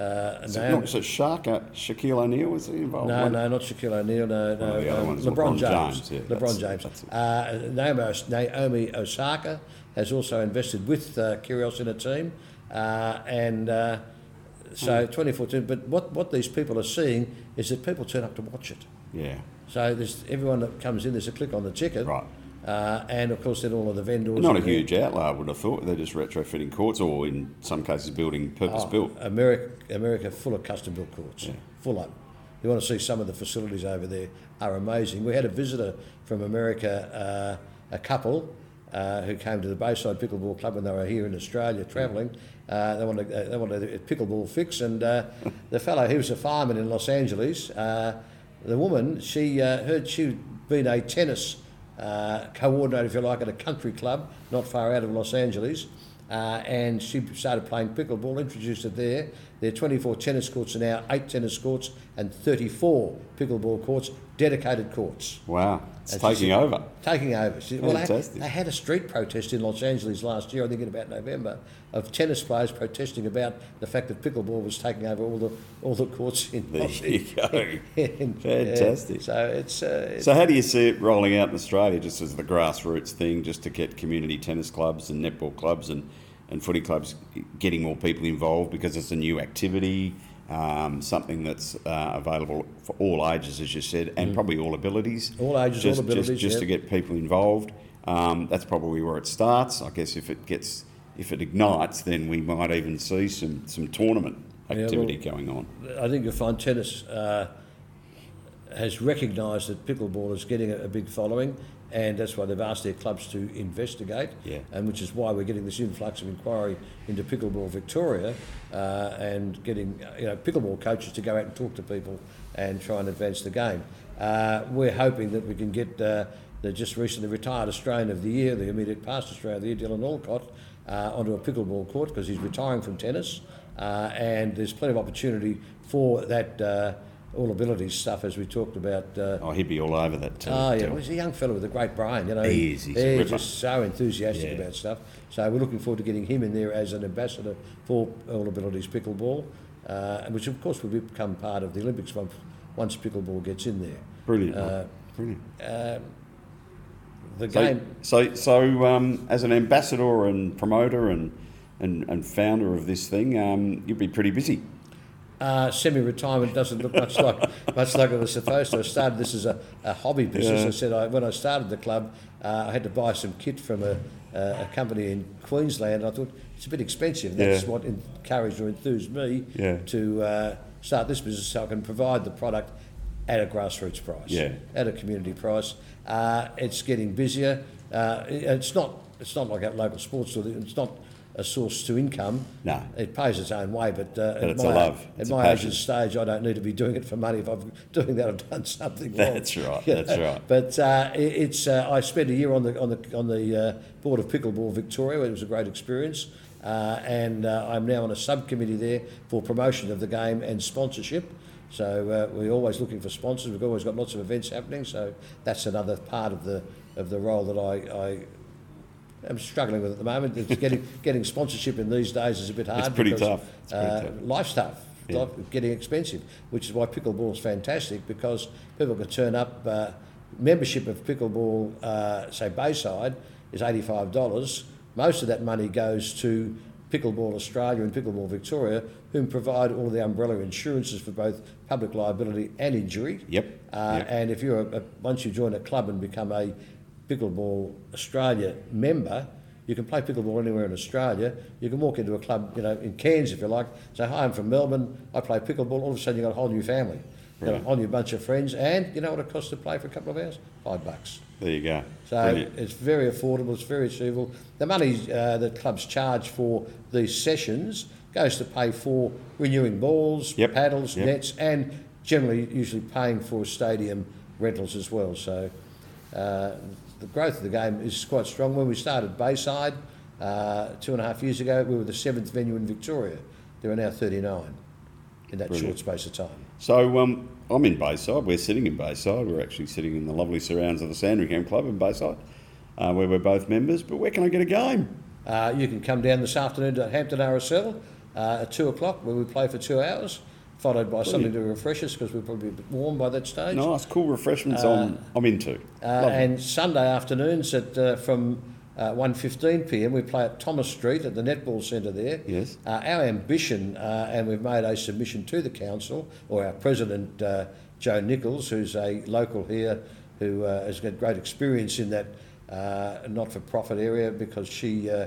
Speaker 6: uh,
Speaker 2: So,
Speaker 6: Naomi-
Speaker 2: no, so Shaka, uh, Shaquille O'Neal was involved.
Speaker 6: No,
Speaker 2: One-
Speaker 6: no, not Shaquille O'Neal. No, no,
Speaker 2: of the other
Speaker 6: no,
Speaker 2: ones, LeBron
Speaker 6: LeBron,
Speaker 2: James,
Speaker 6: James.
Speaker 2: yeah,
Speaker 6: LeBron
Speaker 2: that's-
Speaker 6: James.
Speaker 2: that's it.
Speaker 6: Uh, Naomi, Os- Naomi Osaka has also invested with uh, Kyrgios in a team, uh, and uh, so
Speaker 2: Hmm.
Speaker 6: 2014. But what what these people are seeing is that people turn up to watch it.
Speaker 2: Yeah,
Speaker 6: So there's everyone that comes in. There's a click on the ticket,
Speaker 2: Right.
Speaker 6: Uh, and of course, then all of the vendors.
Speaker 2: not a
Speaker 6: and the-
Speaker 2: huge outlay, I would have thought. They're just retrofitting courts, or in some cases, building purpose-built.
Speaker 6: Oh, uh, America, America full of custom built courts, full up. You want to see some of the facilities over there are amazing. We had a visitor from America, uh, a couple. Uh, who came to the Bayside Pickleball Club when they were here in Australia travelling? Uh, they wanted uh, they wanted a pickleball fix, and uh, the fellow he was a fireman in Los Angeles. Uh, the woman she uh, heard she'd been a tennis uh, coordinator, if you like, at a country club not far out of Los Angeles. Uh, and she started playing pickleball, introduced it there. There are 24 tennis courts are now, eight tennis courts, and 34 pickleball courts, dedicated courts.
Speaker 2: Wow, it's
Speaker 6: As you
Speaker 2: taking
Speaker 6: said-
Speaker 2: over.
Speaker 6: Taking over. She- Well, they,
Speaker 2: Fantastic.
Speaker 6: they had a street protest in Los Angeles last year, I think in about November, of tennis players protesting about the fact that pickleball was taking over all the all the courts in
Speaker 2: There
Speaker 6: Los
Speaker 2: you go.
Speaker 6: in-
Speaker 2: Fantastic.
Speaker 6: yeah. So it's, uh, it's
Speaker 2: So, how do you see it rolling out in Australia, just as the grassroots thing, just to get community tennis clubs and netball clubs and, and footy clubs getting more people involved because it's a new activity, um, something that's uh, available for all ages, as you said, and probably all abilities.
Speaker 6: Mm. All ages,
Speaker 2: just,
Speaker 6: all
Speaker 2: Just,
Speaker 6: abilities,
Speaker 2: just
Speaker 6: yeah.
Speaker 2: to get people involved. Um, that's probably where it starts. I guess if it gets, if it ignites, then we might even see some, some tournament
Speaker 6: well-
Speaker 2: activity going on.
Speaker 6: I think you'll find tennis uh, has recognised that pickleball is getting a, a big following, and that's why they've asked their clubs to investigate,
Speaker 2: Yeah.
Speaker 6: and which is why we're getting this influx of inquiry into pickleball Victoria, uh, and getting uh, you know pickleball coaches to go out and talk to people and try and advance the game. Uh, we're hoping that we can get uh, the just recently retired Australian of the Year, the immediate past Australian of the Year, Dylan Alcott, uh, onto a pickleball court because he's retiring from tennis, uh, and there's plenty of opportunity for that. Uh, all abilities stuff, as we talked about uh,
Speaker 2: Oh, he'd be all over that too.
Speaker 6: Oh
Speaker 2: too.
Speaker 6: yeah, well, he's a young fellow with a great brain. You know,
Speaker 2: He is, he's a
Speaker 6: they're
Speaker 2: ripper.
Speaker 6: just so enthusiastic
Speaker 2: Yeah.
Speaker 6: about stuff. So we're looking forward to getting him in there as an ambassador for All Abilities Pickleball, uh, which of course will become part of the Olympics once, once pickleball gets in there.
Speaker 2: Brilliant.
Speaker 6: uh,
Speaker 2: mate. Brilliant.
Speaker 6: The
Speaker 2: So,
Speaker 6: game,
Speaker 2: so, so um, as an ambassador and promoter and, and, and founder of this thing, um, you'd be pretty busy.
Speaker 6: uh, semi-retirement doesn't look much like much like it was supposed to. I started this as a, a hobby business. I said I, when I started the club, uh, I had to buy some kit from a, a, a company in Queensland. I thought it's a bit expensive. That's
Speaker 2: Yeah.
Speaker 6: what encouraged or enthused me
Speaker 2: Yeah.
Speaker 6: to uh, start this business so I can provide the product at a grassroots price,
Speaker 2: Yeah.
Speaker 6: at a community price. Uh, it's getting busier. Uh, it- it's not. It's not like a local sports store. It's not a source to income.
Speaker 2: No.
Speaker 6: It pays its own way, but uh,
Speaker 2: But
Speaker 6: at
Speaker 2: it's
Speaker 6: my,
Speaker 2: a love.
Speaker 6: At
Speaker 2: It's a
Speaker 6: my
Speaker 2: passion.
Speaker 6: age and stage, I don't need to be doing it for money. If I'm doing that, I've done something wrong.
Speaker 2: That's right,
Speaker 6: You
Speaker 2: that's
Speaker 6: know?
Speaker 2: right.
Speaker 6: But uh, it- it's uh, I spent a year on the on the on the uh, board of pickleball Victoria. It was a great experience, uh, and uh, I'm now on a subcommittee there for promotion of the game and sponsorship. So uh, we're always looking for sponsors. We've always got lots of events happening. So that's another part of the of the role that I. I I'm struggling with at the moment. It's getting getting sponsorship in these days is a bit hard.
Speaker 2: pretty
Speaker 6: because,
Speaker 2: tough. It's pretty
Speaker 6: uh,
Speaker 2: tough.
Speaker 6: life's tough.
Speaker 2: Yeah.
Speaker 6: Life- getting expensive, which is why pickleball's fantastic because people can turn up. Uh, membership of pickleball, uh, say Bayside, is eighty-five dollars. Most of that money goes to Pickleball Australia and Pickleball Victoria, whom provide all the umbrella insurances for both public liability and injury.
Speaker 2: Yep,
Speaker 6: Uh,
Speaker 2: yep.
Speaker 6: And if you're a, a, once you join a club and become a Pickleball Australia member, you can play pickleball anywhere in Australia. You can walk into a club, you know, in Cairns if you like. Say, "Hi, I'm from Melbourne. I play pickleball." All of a sudden, you've got a whole new family, you know, a
Speaker 2: Right.
Speaker 6: whole new bunch of friends, and you know what it costs to play for a couple of hours? Five bucks.
Speaker 2: There you go.
Speaker 6: So
Speaker 2: Brilliant.
Speaker 6: it's very affordable, it's very achievable. The money uh, that clubs charge for these sessions goes to pay for renewing balls,
Speaker 2: Yep,
Speaker 6: paddles,
Speaker 2: yep.
Speaker 6: nets, and generally usually paying for stadium rentals as well. So uh, the growth of the game is quite strong. When we started Bayside uh, two and a half years ago, we were the seventh venue in Victoria. There are now 39 in that
Speaker 2: Brilliant.
Speaker 6: short space of time.
Speaker 2: So um, I'm in Bayside. We're sitting in Bayside. We're actually sitting in the lovely surrounds of the Sandringham Club in Bayside, uh, where we're both members. But where can I get a game?
Speaker 6: Uh, you can come down this afternoon to Hampton RSL uh, at two o'clock, where we play for two hours, followed by something to refresh us because we're probably a bit warm by that stage.
Speaker 2: Nice, cool refreshments. I'm, I'm into.
Speaker 6: Uh, and Sunday afternoons at uh, from uh, 1.15 p.m. we play at Thomas Street at the Netball Centre there.
Speaker 2: Yes.
Speaker 6: Uh, our ambition, uh, and we've made a submission to the council, or our president, uh, Joe Nichols, who's a local here who uh, has got great experience in that uh, not-for-profit area because she, uh,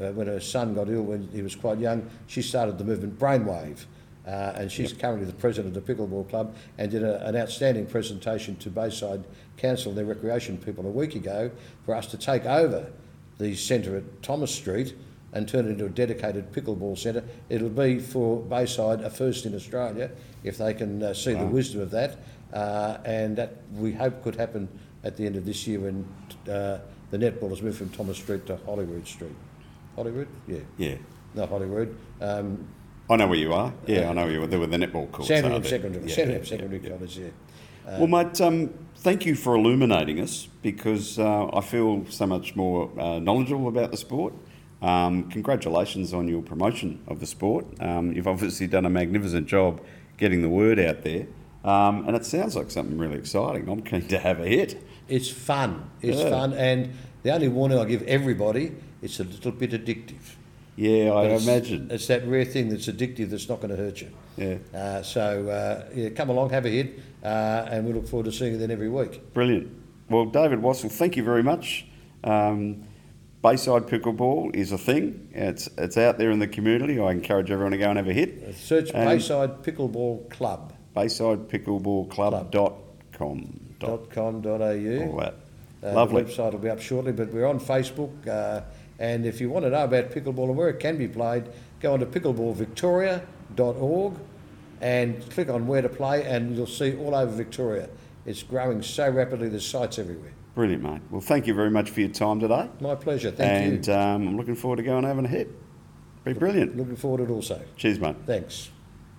Speaker 6: uh, when her son got ill when he was quite young, she started the movement Brainwave. Uh, and she's currently the president of the Pickleball Club and did a, an outstanding presentation to Bayside Council and their recreation people a week ago for us to take over the centre at Thomas Street and turn it into a dedicated pickleball centre. It'll be for Bayside a first in Australia if they can uh, see the wisdom of that, uh, and that we hope could happen at the end of this year when uh, the netball has moved from Thomas Street to Holyrood Street. Holyrood, yeah,
Speaker 2: Yeah,
Speaker 6: no Holyrood. Um,
Speaker 2: I know where you are. Yeah, I know where you are. There were the netball courts.
Speaker 6: Uh, Sandringham
Speaker 2: aren't there?
Speaker 6: Secondary,
Speaker 2: Yeah,
Speaker 6: Sandringham
Speaker 2: yeah,
Speaker 6: Secondary College, yeah.
Speaker 2: well, mate, um, thank you for illuminating us because uh, I feel so much more uh, knowledgeable about the sport. Um, congratulations on your promotion of the sport. Um, you've obviously done a magnificent job getting the word out there, um, and it sounds like something really exciting. I'm keen to have a hit.
Speaker 6: It's fun. It's
Speaker 2: Yeah.
Speaker 6: fun, and the only warning I give everybody: it's a little bit addictive.
Speaker 2: Yeah, I
Speaker 6: But it's-
Speaker 2: imagine.
Speaker 6: It's that rare thing that's addictive that's not going to hurt you.
Speaker 2: Yeah.
Speaker 6: Uh, so uh, yeah, come along, have a hit, uh, and we look forward to seeing you then every week.
Speaker 2: Brilliant. Well, David Wassell, thank you very much. Um, Bayside pickleball is a thing. It's it's out there in the community. I encourage everyone to go and have a hit.
Speaker 6: Search
Speaker 2: And
Speaker 6: Bayside Pickleball Club
Speaker 2: Baysidepickleballclub.com.
Speaker 6: dot com dot au.
Speaker 2: All that.
Speaker 6: Uh,
Speaker 2: Oh, Lovely.
Speaker 6: The website will be up shortly, but we're on Facebook. Uh, and if you want to know about pickleball and where it can be played, go on to pickleballvictoria.org and click on where to play, and you'll see all over Victoria. It's growing so rapidly, there's sites everywhere.
Speaker 2: Brilliant, mate. Well, thank you very much for your time today.
Speaker 6: My pleasure. Thank
Speaker 2: and uh,
Speaker 6: you.
Speaker 2: Um, I'm looking forward to going over and hit. Be brilliant.
Speaker 6: Looking forward to it also.
Speaker 2: Cheers, mate.
Speaker 6: Thanks.